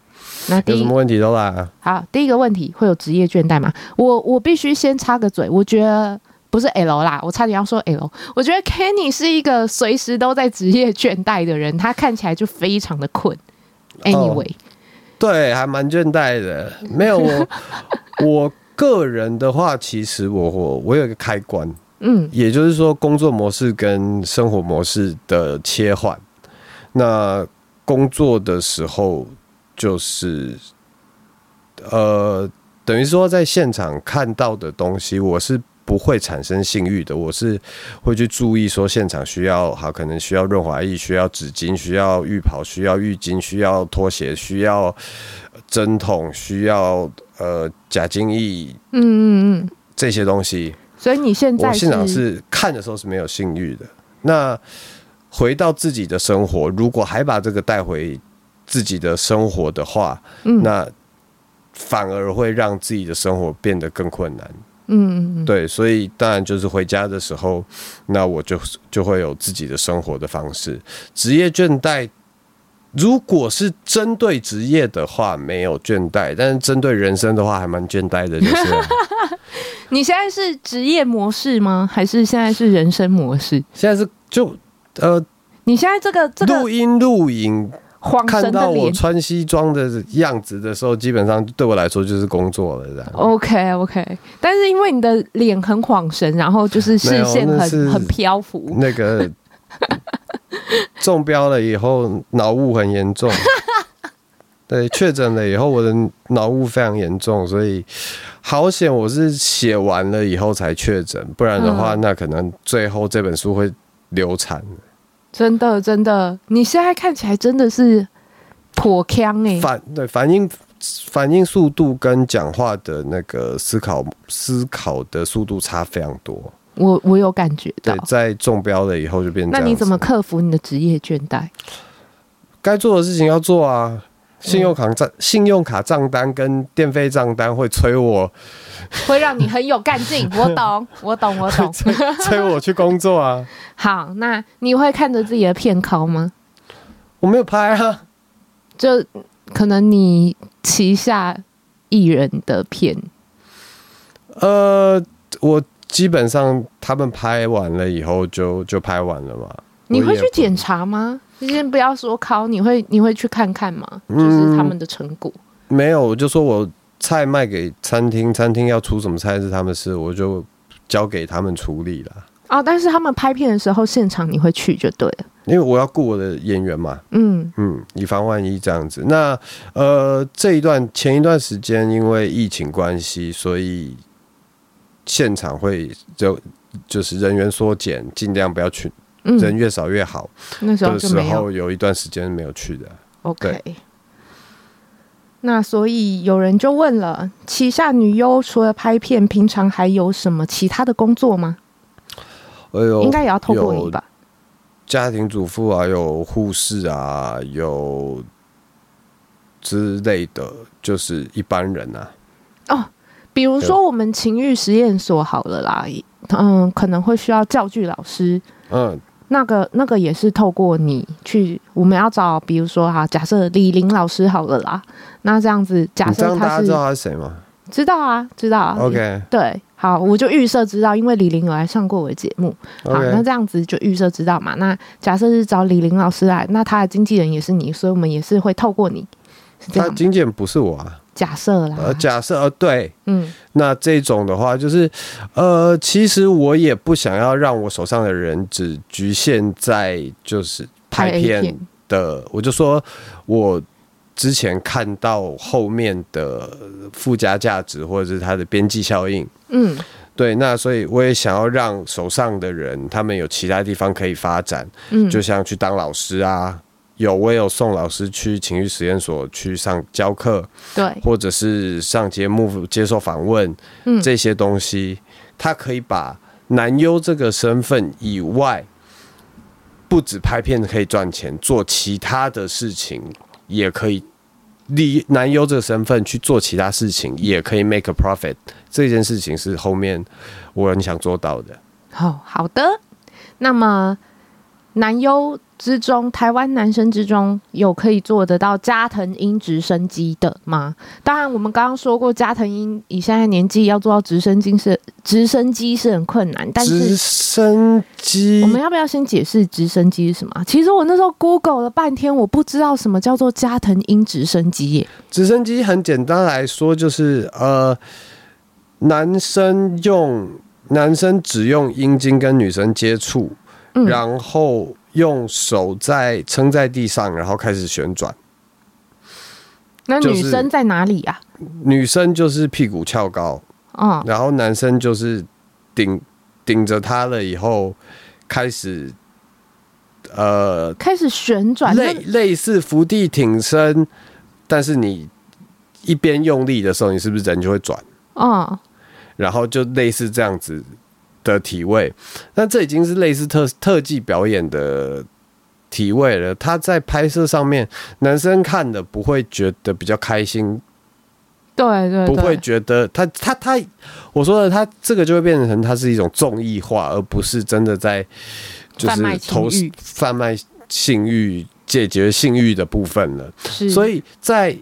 S2: 那第
S1: 有什
S2: 一
S1: 么问题都来啊。
S2: 好，第一个问题会有职业倦怠吗？我我必须先插个嘴，我觉得不是 L 啦，我差点要说 L。我觉得 Kenny 是一个随时都在职业倦怠的人，他看起来就非常的困。Anyway，、
S1: 哦对，还蛮倦怠 的。没有我，我个人的话，其实我我我有一个开关，
S2: 嗯
S1: 也就是说工作模式跟生活模式的切换。那工作的时候就是，呃，等于说在现场看到的东西，我是。不会产生性欲的，我是会去注意说现场需要好，可能需要润滑液，需要纸巾，需要浴袍，需要浴巾，需要拖鞋，需要针筒，需要呃假精液
S2: 嗯嗯嗯，
S1: 这些东西。
S2: 所以你现在
S1: 我
S2: 是
S1: 现场是看的时候是没有性欲的。那回到自己的生活，如果还把这个带回自己的生活的话，
S2: 嗯
S1: 那反而会让自己的生活变得更困难。
S2: 嗯嗯嗯
S1: 对，所以当然就是回家的时候，那我就就会有自己的生活的方式。职业倦怠，如果是针对职业的话，没有倦怠；但是针对人生的话，还蛮倦怠的， 就是了
S2: 你现在是职业模式吗？还是现在是人生模式？
S1: 现在是就呃
S2: 你现在这个这
S1: 录
S2: 个
S1: 音录影
S2: 恍
S1: 看
S2: 神
S1: 到
S2: 的
S1: 我
S2: 脸
S1: 穿西装的样子的时候，基本上对我来说就是工作了，这样。
S2: 哦，OK OK，但是因为你的脸很恍神，然后就是
S1: 没
S2: 视
S1: 有
S2: 线
S1: 那是
S2: 很很漂浮，
S1: 那个中标了以后，脑雾很严 重。对，确诊了以后，我的脑雾非常严重，所以好险我是写完了以后才确诊，不然的话，
S2: 嗯
S1: 那可能最后这本书会流产。
S2: 真的真的，你现在看起来真的是颇强哎、
S1: 反对反应反应速度跟讲话的那个思考思考的速度差非常多。
S2: 我我有感觉到
S1: 对，。在中标了以后就变这
S2: 那
S1: 样。
S2: 你怎么？克服你的职业倦怠？
S1: 该做的事情要做啊。信
S2: 嗯
S1: 用卡账、信用卡账单跟电费账单会催我，
S2: 会让你很有干 劲，我懂，我懂，我懂。
S1: 催我去工作啊！
S2: 好，那你会看着自己的片考吗？
S1: 我没有拍啊，
S2: 就可能你旗下艺人的片，
S1: 呃，我基本上他们拍完了以后就就拍完了嘛。
S2: 你会
S1: 我也
S2: 去检查吗？先不要说考，你会你会去看看吗？
S1: 嗯
S2: 就是他们的成果。
S1: 没有，我就说我菜卖给餐厅，餐厅要出什么菜是他们事，我就交给他们处理啦。
S2: 哦，但是他们拍片的时候，现场你会去就对了。
S1: 因为我要顾我的演员嘛，
S2: 嗯
S1: 嗯，以防万一这样子。那呃，这一段前一段时间因为疫情关系，所以现场会就就是人员缩减，尽量不要去，
S2: 嗯，
S1: 人越少越好。
S2: 那时候
S1: 的
S2: 就
S1: 时
S2: 没有
S1: 候。有一段时间没有去的。
S2: OK。那所以有人就问了，旗下女优除了拍片，平常还有什么其他的工作吗？
S1: 哎呦，
S2: 应该也要透过你吧？
S1: 家庭主妇啊，有护士啊，有之类的，就是一般人啊。
S2: 比如说我们情欲实验所好了啦，嗯，可能会需要教具老师，
S1: 嗯，
S2: 那个那个也是透过你去，我们要找，比如说哈、假设李玲老师好了啦，那这样子假
S1: 你这
S2: 设
S1: 样大
S2: 他
S1: 家
S2: 是
S1: 知道他是谁吗
S2: 知道啊，知道啊
S1: ？OK
S2: 对，好，我就预设知道，因为李玲有来上过我的节目，好，那
S1: OK，
S2: 这样子就预设知道嘛。那假设是找李玲老师来，那他的经纪人也是你，所以我们也是会透过你，是这
S1: 他
S2: 样吗
S1: 经纪人不是我啊。
S2: 假设啦。
S1: 呃，假设呃，对，
S2: 嗯
S1: 那这种的话，就是，呃，其实我也不想要让我手上的人只局限在就是拍
S2: 拍 A
S1: 片
S2: 片
S1: 的，我就说我之前看到后面的附加价值或者是它的边际效应，
S2: 嗯
S1: 对，那所以我也想要让手上的人他们有其他地方可以发展，
S2: 嗯，
S1: 就像去当老师啊。有，我也有送老师去情欲实验所去上教课，
S2: 对，
S1: 或者是上节目接受访问，
S2: 嗯
S1: 这些东西，他可以把男优这个身份以外，不止拍片可以赚钱，做其他的事情也可以利男优这个身份去做其他事情，也可以 make a profit。这件事情是后面我很想做到的。
S2: 哦，好的。那么男优之中，台湾男生之中有可以做得到加藤鹰直升机的吗？当然，我们刚刚说过，加藤鹰以现在年纪要做到直升机是直升机是很困难，但
S1: 直
S2: 是
S1: 升机
S2: 我们要不要先解释直升机是什么啊？其实我那时候 Google 了半天，我不知道什么叫做加藤鹰直升机耶。
S1: 直升机很简单来说，就是呃，男生用男生只用阴茎跟女生接触，
S2: 嗯
S1: 然后用手在撑在地上，然后开始旋转。
S2: 那
S1: 就
S2: 女
S1: 是
S2: 生在哪里啊？
S1: 女生就是屁股翘高，
S2: 哦，
S1: 然后男生就是顶顶着她了以后开始呃
S2: 开始旋转，
S1: 类
S2: 那
S1: 类似伏地挺身，但是你一边用力的时候，你是不是人就会转？
S2: 哦，
S1: 然后就类似这样子的体位。那这已经是类似特特技表演的体位了。他在拍摄上面，男生看的不会觉得比较开心，
S2: 对对
S1: 不
S2: 对，
S1: 会觉得他他他，我说的他这个就会变成他是一种综艺化，而不是真的在就
S2: 贩卖
S1: 是
S2: 情
S1: 投
S2: 欲
S1: 贩卖性欲、解决性欲的部分了。
S2: 是，
S1: 所以在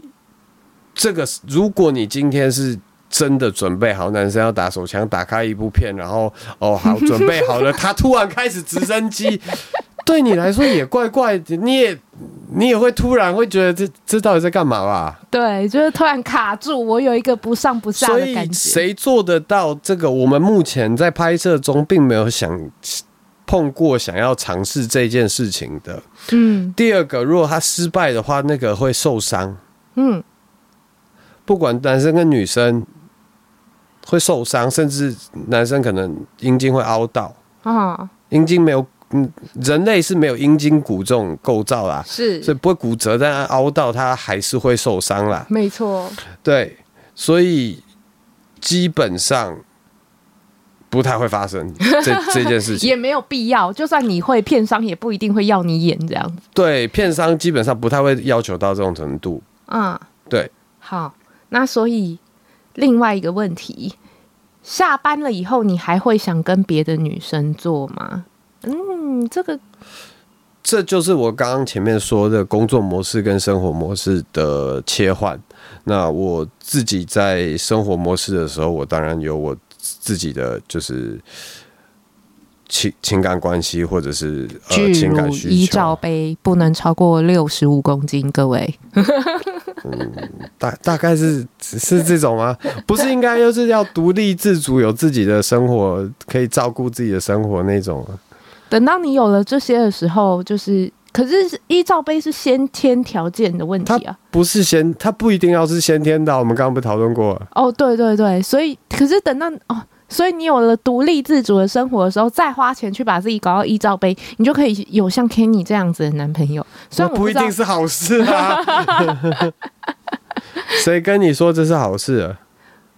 S1: 这个，如果你今天是真的准备好，男生要打手枪，打开一部片，然后哦好，准备好了，他突然开始直升 机，对你来说也怪怪的，你也你也会突然会觉得这这到底在干嘛吧？
S2: 对，就是突然卡住，我有一个不上不下
S1: 所
S2: 的
S1: 以
S2: 感觉。
S1: 谁做得到这个？我们目前在拍摄中并没有想碰过想要尝试这件事情的。
S2: 嗯
S1: 第二个，如果他失败的话，那个会受伤。
S2: 嗯，
S1: 不管男生跟女生会受伤，甚至男生可能阴茎会凹到，
S2: 哦，
S1: 阴茎没有，嗯，人类是没有阴茎骨这种构造啦，
S2: 是，
S1: 所以不会骨折，但凹到它还是会受伤啦。
S2: 没错，
S1: 对，所以基本上不太会发生这这件事情。
S2: 也没有必要。就算你会片商，也不一定会要你演这样子。
S1: 对，片商基本上不太会要求到这种程度。
S2: 嗯，
S1: 对，
S2: 好，那所以另外一个问题，下班了以后，你还会想跟别的女生做吗？嗯，这个
S1: 这就是我刚刚前面说的工作模式跟生活模式的切换。那我自己在生活模式的时候，我当然有我自己的就是情情感关系或者是呃
S2: 巨
S1: 情
S2: 乳
S1: 感
S2: 一
S1: 需
S2: 罩
S1: 求，
S2: 杯不能超过六十五公斤，各位。
S1: 大大概是是这种吗？不是应该就是要独立自主，有自己的生活，可以照顾自己的生活那种啊吗？
S2: 等到你有了这些的时候，就是，可是一罩杯是先天条件的问题啊。
S1: 不是先，他不一定要是先天的，啊我们刚刚不讨论过了。
S2: 哦，对对对，所以可是等到哦，所以你有了独立自主的生活的时候，再花钱去把自己搞到一罩杯，你就可以有像 Kenny 这样子的男朋友。虽
S1: 那
S2: 然我不
S1: 不一
S2: 知道
S1: 定是好事啊。 谁跟你说这是好事、啊？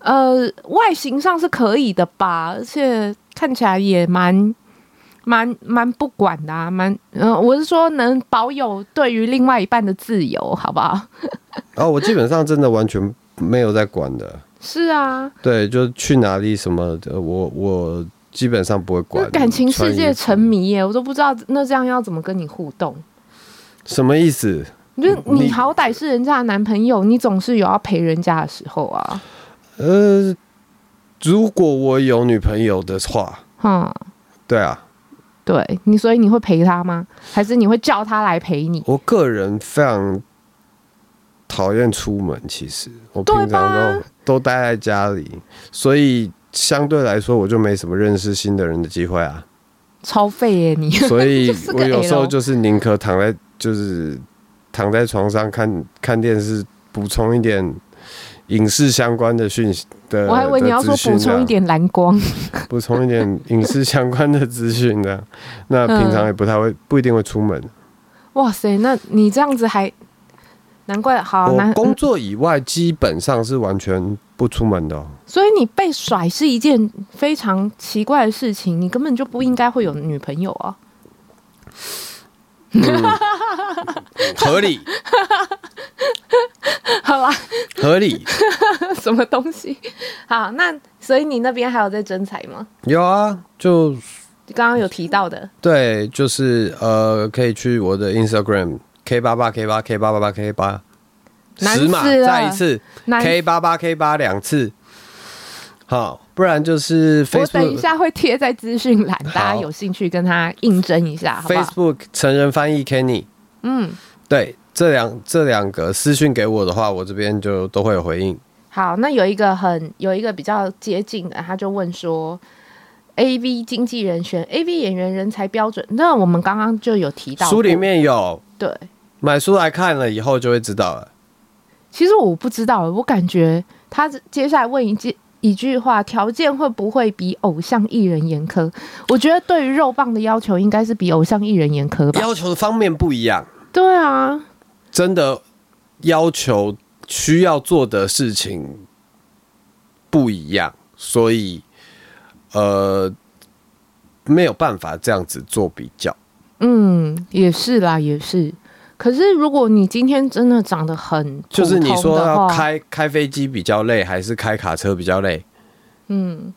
S2: 呃，外形上是可以的吧，而且看起来也蛮蛮蛮不管的啊，蛮嗯、我是说能保有对于另外一半的呃自由，好不好？
S1: 然哦后我基本上真的完全没有在管的，
S2: 是啊，
S1: 对，就去哪里什么的，我我基本上不会
S2: 那
S1: 管。
S2: 感情世界沉
S1: 穿衣
S2: 迷耶，我都不知道那这样要怎么跟你互动。
S1: 服什么意思？
S2: 就是
S1: 你
S2: 你好歹是人家的男朋友，你总是有要陪人家的时候啊。
S1: 呃，如果我有女朋友的话，
S2: 哼，
S1: 对啊，
S2: 对你，所以你会陪他吗？还是你会叫他来陪你？
S1: 我个人非常讨厌出门，其实我平
S2: 对吧
S1: 常都都待在家里，所以相对来说我就没什么认识新的人的机会啊。
S2: 超废耶 你！
S1: 所以
S2: 就是个
S1: 我有时候
S2: L
S1: 就是宁可躺在就是躺在床上看看电视，补充一点影视相关的讯息的。
S2: 我还以为你要说
S1: 的资讯
S2: 补充一点蓝光。
S1: 这样，补充一点影视相关的资讯 的。那
S2: 嗯
S1: 平常也不太会，不一定会出门。
S2: 哇塞，那你这样子还难怪好啊
S1: 我
S2: 难。
S1: 工作以外基本上是完全不出门的哦、
S2: 所以你被甩是一件非常奇怪的事情，你根本就不应该会有女朋友啊。
S1: 合理。
S2: 好啦，
S1: 合理。
S2: 什么东西？好，那所以你那边还有在征才吗？
S1: 有啊，就
S2: 刚刚有提到的，
S1: 对，就是呃，可以去我的 Instagram K 八八 K 八 K 八八八 K 八，
S2: 难啊
S1: 十码
S2: 死了
S1: 再一次
S2: 难
S1: K 八八 K 八两次。好，不然就是
S2: 我等一
S1: Facebook
S2: 下会贴在资讯栏，大家
S1: 好
S2: 有兴趣跟他应征一下，好不好？
S1: Facebook 成人翻译 Kenny，
S2: 嗯，
S1: 对，这两这两个私讯给我的话，我这边就都会有回应。
S2: 好，那有一个很有一个比较接近的，他就问说，A V 经纪人选 A V 演员人才标准，那我们刚刚就有提到
S1: 书里
S2: 过
S1: 面有
S2: 对，
S1: 买书来看了以后就会知道了。
S2: 其实我不知道，我感觉他接下来问一句一句话，条件会不会比偶像艺人严苛？我觉得对于肉棒的要求应该是比偶像艺人严苛吧？
S1: 要求的方面不一样，
S2: 对啊，
S1: 真的要求需要做的事情不一样，所以呃没有办法这样子做比较。
S2: 嗯，也是啦，也是。可是如果你今天真的长得很普
S1: 就是你说
S2: 通的
S1: 要
S2: 话，
S1: 开开飞机比较累，还是开卡车比较累？
S2: 嗯，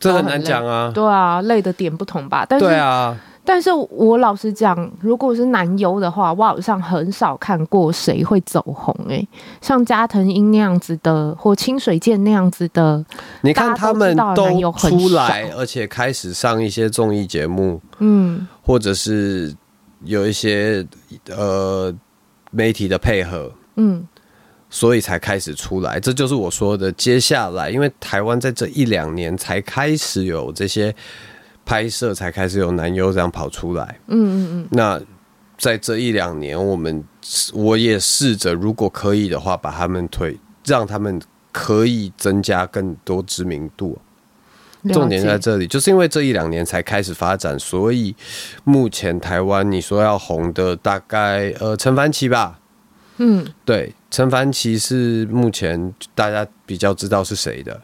S1: 这很难讲啊。
S2: 对啊，累的点不同吧？但是，
S1: 对啊，
S2: 但是我老实讲，如果是男优的话，我好像很少看过谁会走红诶、像加藤鹰那样子的，或清水健那样子的，
S1: 你看
S2: 大家
S1: 他
S2: 都
S1: 们
S2: 知道男
S1: 都
S2: 友很
S1: 出
S2: 少
S1: 来，而且开始上一些综艺节目，
S2: 嗯，
S1: 或者是有一些呃媒体的配合，
S2: 嗯，
S1: 所以才开始出来。这就是我说的，接下来因为台湾在这一两年才开始有这些拍摄，才开始有男优这样跑出来。
S2: 嗯嗯嗯，
S1: 那在这一两年，我们我也试着，如果可以的话，把他们推，让他们可以增加更多知名度。
S2: 嗯了
S1: 重点在
S2: 解
S1: 这里，就是因为这一两年才开始发展，所以目前台湾你说要红的大概呃陈凡奇吧，
S2: 嗯，
S1: 对，陈凡奇是目前大家比较知道是谁的，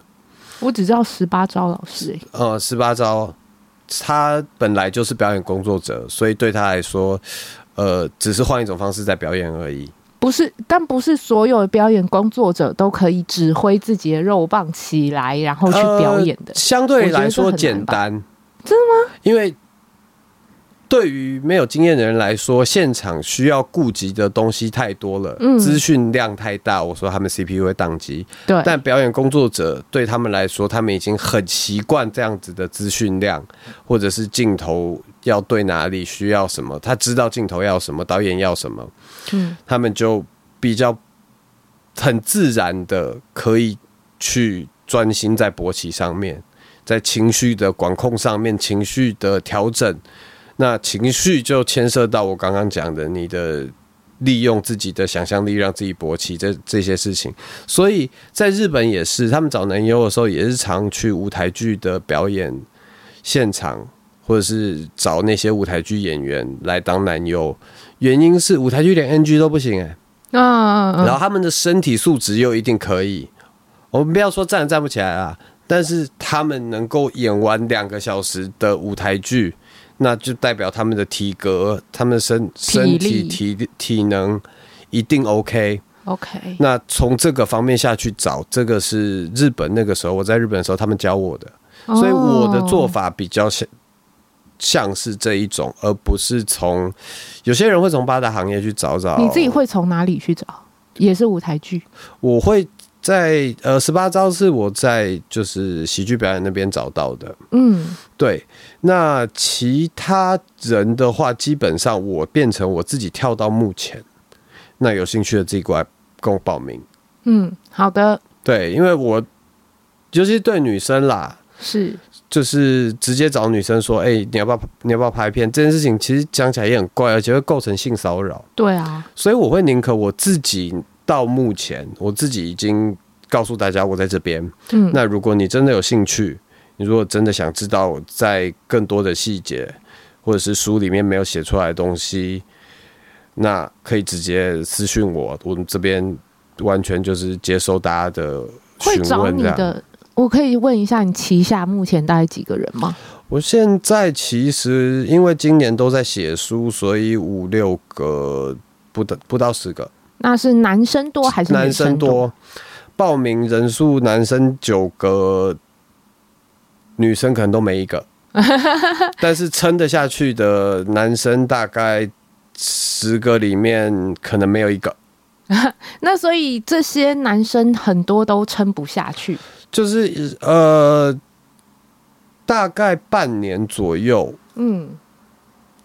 S2: 我只知道十八招老师、欸，
S1: 呃，十八招，他本来就是表演工作者，所以对他来说，呃，只是换一种方式在表演而已。
S2: 不是，但不是所有的表演工作者都可以指挥自己的肉棒起来，然后去表演的
S1: 呃。相对来
S2: 我
S1: 说
S2: 觉得这
S1: 简
S2: 很难吧
S1: 单。真的吗？因为对于没有经验的人来说，现场需要顾及的东西太多了，
S2: 嗯
S1: 资讯量太大。我说他们 CPU 会宕机，
S2: 对，
S1: 但表演工作者对他们来说，他们已经很习惯这样子的资讯量，或者是镜头要对哪里需要什么，他知道镜头要什么，导演要什么，
S2: 嗯，
S1: 他们就比较很自然的可以去专心在勃起上面，在情绪的管控上面，情绪的调整。那情绪就牵涉到我刚刚讲的，你的利用自己的想象力让自己勃起这这些事情。所以在日本也是，他们找男优的时候也是常去舞台剧的表演现场，或者是找那些舞台剧演员来当男优。原因是舞台剧连 NG 都不行哎、
S2: 嗯
S1: 然
S2: 嗯嗯，
S1: 后他们的身体素质又一定可以。我们不要说站也站不起来啊，但是他们能够演完两个小时的舞台剧，那就代表他们的体格、他们的身身体
S2: 体
S1: 体体能一定 OK。
S2: OK，
S1: 那从这个方面下去找，这个是日本那个时候我在日本的时候他们教我的，
S2: 哦
S1: 所以我的做
S2: 法，
S1: 法比较像像是这一种，而不是从有些人会从八大行业去找找。
S2: 你自己会从哪里去找？也是舞台剧，
S1: 我会在呃十八招是我在就是喜剧表演那边找到的。
S2: 嗯
S1: 对，那其他人的话，基本上我变成我自己跳到目前，那有兴趣的自己过来跟我报名。
S2: 嗯，好的，
S1: 对，因为我尤其是对女生啦，
S2: 是
S1: 就是直接找女生说，哎、你要不要你要不要拍片？这件事情其实讲起来也很怪，而且会构成性骚扰。
S2: 对啊，
S1: 所以我会宁可我自己到目前，我自己已经告诉大家我在这边。
S2: 嗯，
S1: 那如果你真的有兴趣，你如果真的想知道在更多的细节，或者是书里面没有写出来的东西，那可以直接私讯我，我们这边完全就是接收大家的
S2: 会
S1: 询
S2: 找
S1: 问
S2: 你
S1: 这样。
S2: 的，我可以问一下你旗下目前大概几个人吗？
S1: 我现在其实因为今年都在写书，所以五六个不到不到十个。
S2: 那是男生多还是
S1: 男
S2: 生
S1: 生多，报名人数男生九个，女生可能都没一个，但是撑得下去的男生大概十个里面可能没有一个，
S2: 那所以这些男生很多都撑不下去。
S1: 就是呃，大概半年左右，
S2: 嗯，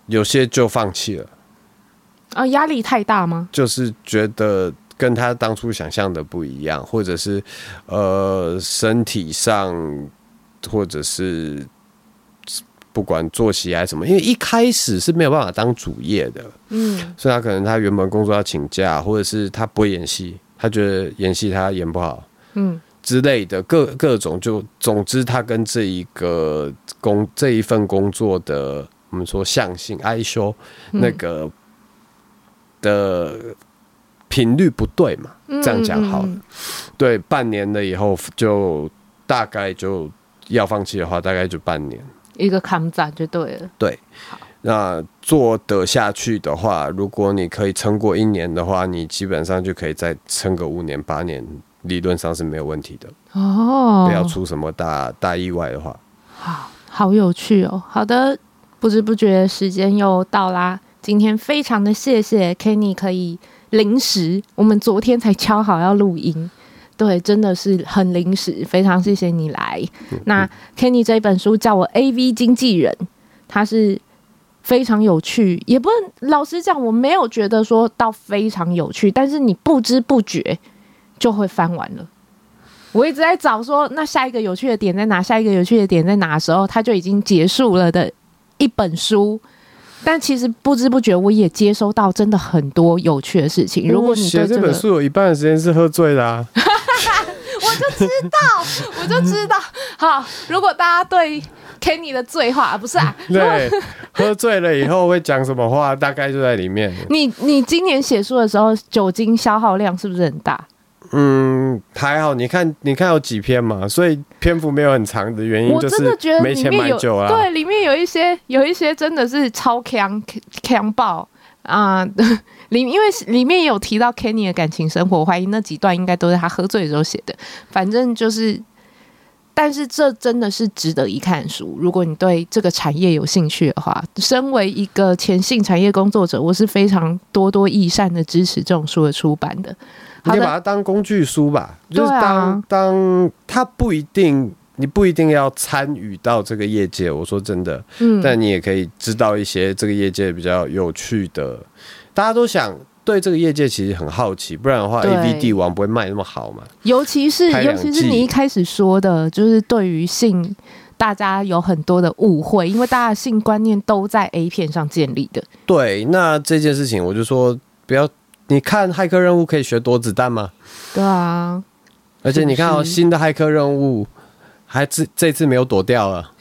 S1: 有些就放弃了，
S2: 啊，压力太大吗？
S1: 就是觉得。跟他当初想象的不一样，或者是呃身体上，或者是不管作息还是什么，因为一开始是没有办法当主业的，
S2: 嗯，
S1: 所以他可能他原本工作要请假，或者是他不会演戏，他觉得演戏他演不好，
S2: 嗯，
S1: 之类的各各种就，总之他跟这一个工这一份工作的我们说相性哀修
S2: 嗯
S1: 那个的频率不对嘛，这样讲好了。
S2: 嗯嗯
S1: 对，半年了以后就大概就要放弃的话，大概就半年。
S2: 一个抗战就对了。
S1: 那做得下去的话，如果你可以撑过一年的话，你基本上就可以再撑个五年八年，理论上是没有问题的，
S2: 哦，
S1: 不要出什么大大意外的话。
S2: 好，好有趣哦。好的，不知不觉时间又到啦。今天非常的谢谢 Kenny 可以临时，我们昨天才敲好要录音，对，真的是很临时，非常谢谢你来。那 Kenny 这本书叫我 AV 经纪人，它是非常有趣，也不能老实讲，我没有觉得说到非常有趣，但是你不知不觉就会翻完了。我一直在找说，那下一个有趣的点在哪？下一个有趣的点在哪的时候，它就已经结束了的一本书。但其实不知不觉，我也接收到真的很多有趣的事情。如果你对
S1: 写
S2: 这
S1: 这
S2: 个
S1: 本书有一半的时啊间是喝醉啦、
S2: 我就知道。好，如果大家对 Kenny 的醉话，啊不是啊，
S1: 对，喝醉了以后会讲什么话，大概就在里面。
S2: 你你今年写书的时候，酒精消耗量是不是很大？
S1: 嗯，还好，你看，你看有几篇嘛，所以篇幅没有很长的原因
S2: 我
S1: 就
S2: 真的
S1: 是
S2: 觉得
S1: 没
S2: 里
S1: 钱
S2: 面
S1: 买
S2: 有
S1: 酒啊。
S2: 对，里面有一些有一些真的是超强强爆啊！里、因为里面有提到 Kenny 的感情生活，我怀疑那几段应该都是他喝醉的时候写的。反正就是，但是这真的是值得一看的书。如果你对这个产业有兴趣的话，身为一个前性产业工作者，我是非常多多益善的支持这种书的出版的。
S1: 你
S2: 好
S1: 可以
S2: 的
S1: 把它当工具书吧，就
S2: 对
S1: 是
S2: 啊
S1: 当、当它不一定，你不一定要参与到这个业界。我说真的，
S2: 嗯，
S1: 但你也可以知道一些这个业界比较有趣的。大家都想对这个业界其实很好奇，不然的话
S2: 对
S1: ，A V 帝王不会卖那么好嘛。
S2: 尤其是
S1: 拍
S2: 尤
S1: 两
S2: 其是
S1: 季
S2: 你一开始说的，就是对于性，大家有很多的误会，因为大家的性观念都在 A 片上建立的。
S1: 对，那这件事情我就说不要，你看骇客任务可以学躲子弹吗？
S2: 对啊，
S1: 而且你看
S2: 是
S1: 哦，
S2: 嗯不是
S1: 新的骇客任务还这这次没有躲掉 了，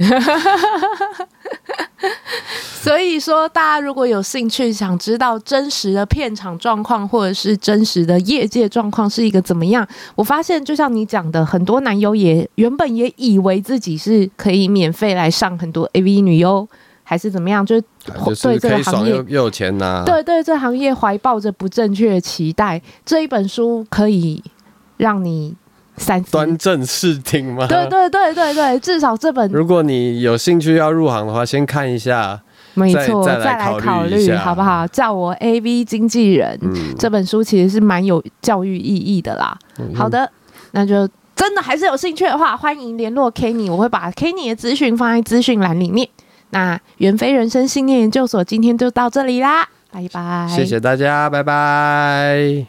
S2: 所以说大家如果有兴趣想知道真实的片场状况，或者是真实的业界状况是一个怎么样，我发现就像你讲的，很多男优也原本也以为自己是可以免费来上很多 AV 女优，还是怎么样，就是
S1: 就是
S2: 对这
S1: 可
S2: 个
S1: 以
S2: 行
S1: 爽
S2: 业
S1: 又又有钱拿。
S2: 对对，这行业怀抱着不正确的期待，这一本书可以让你三思。
S1: 端正视听吗？
S2: 对对对对对，至少这本
S1: 如果你有兴趣要入行的话，先看一下。
S2: 没错，
S1: 再
S2: 再
S1: 再来
S2: 来考
S1: 考虑一
S2: 虑
S1: 下
S2: 好不好？叫我 A V 经纪人、
S1: 嗯，
S2: 这本书其实是蛮有教育意义的啦。好的，那就真的还是有兴趣的话，欢迎联络 Kenny，我会把 Kenny 的资讯放在资讯栏里面。那袁飞人生信念研究所今天就到这里啦，拜拜，
S1: 谢谢大家，拜拜。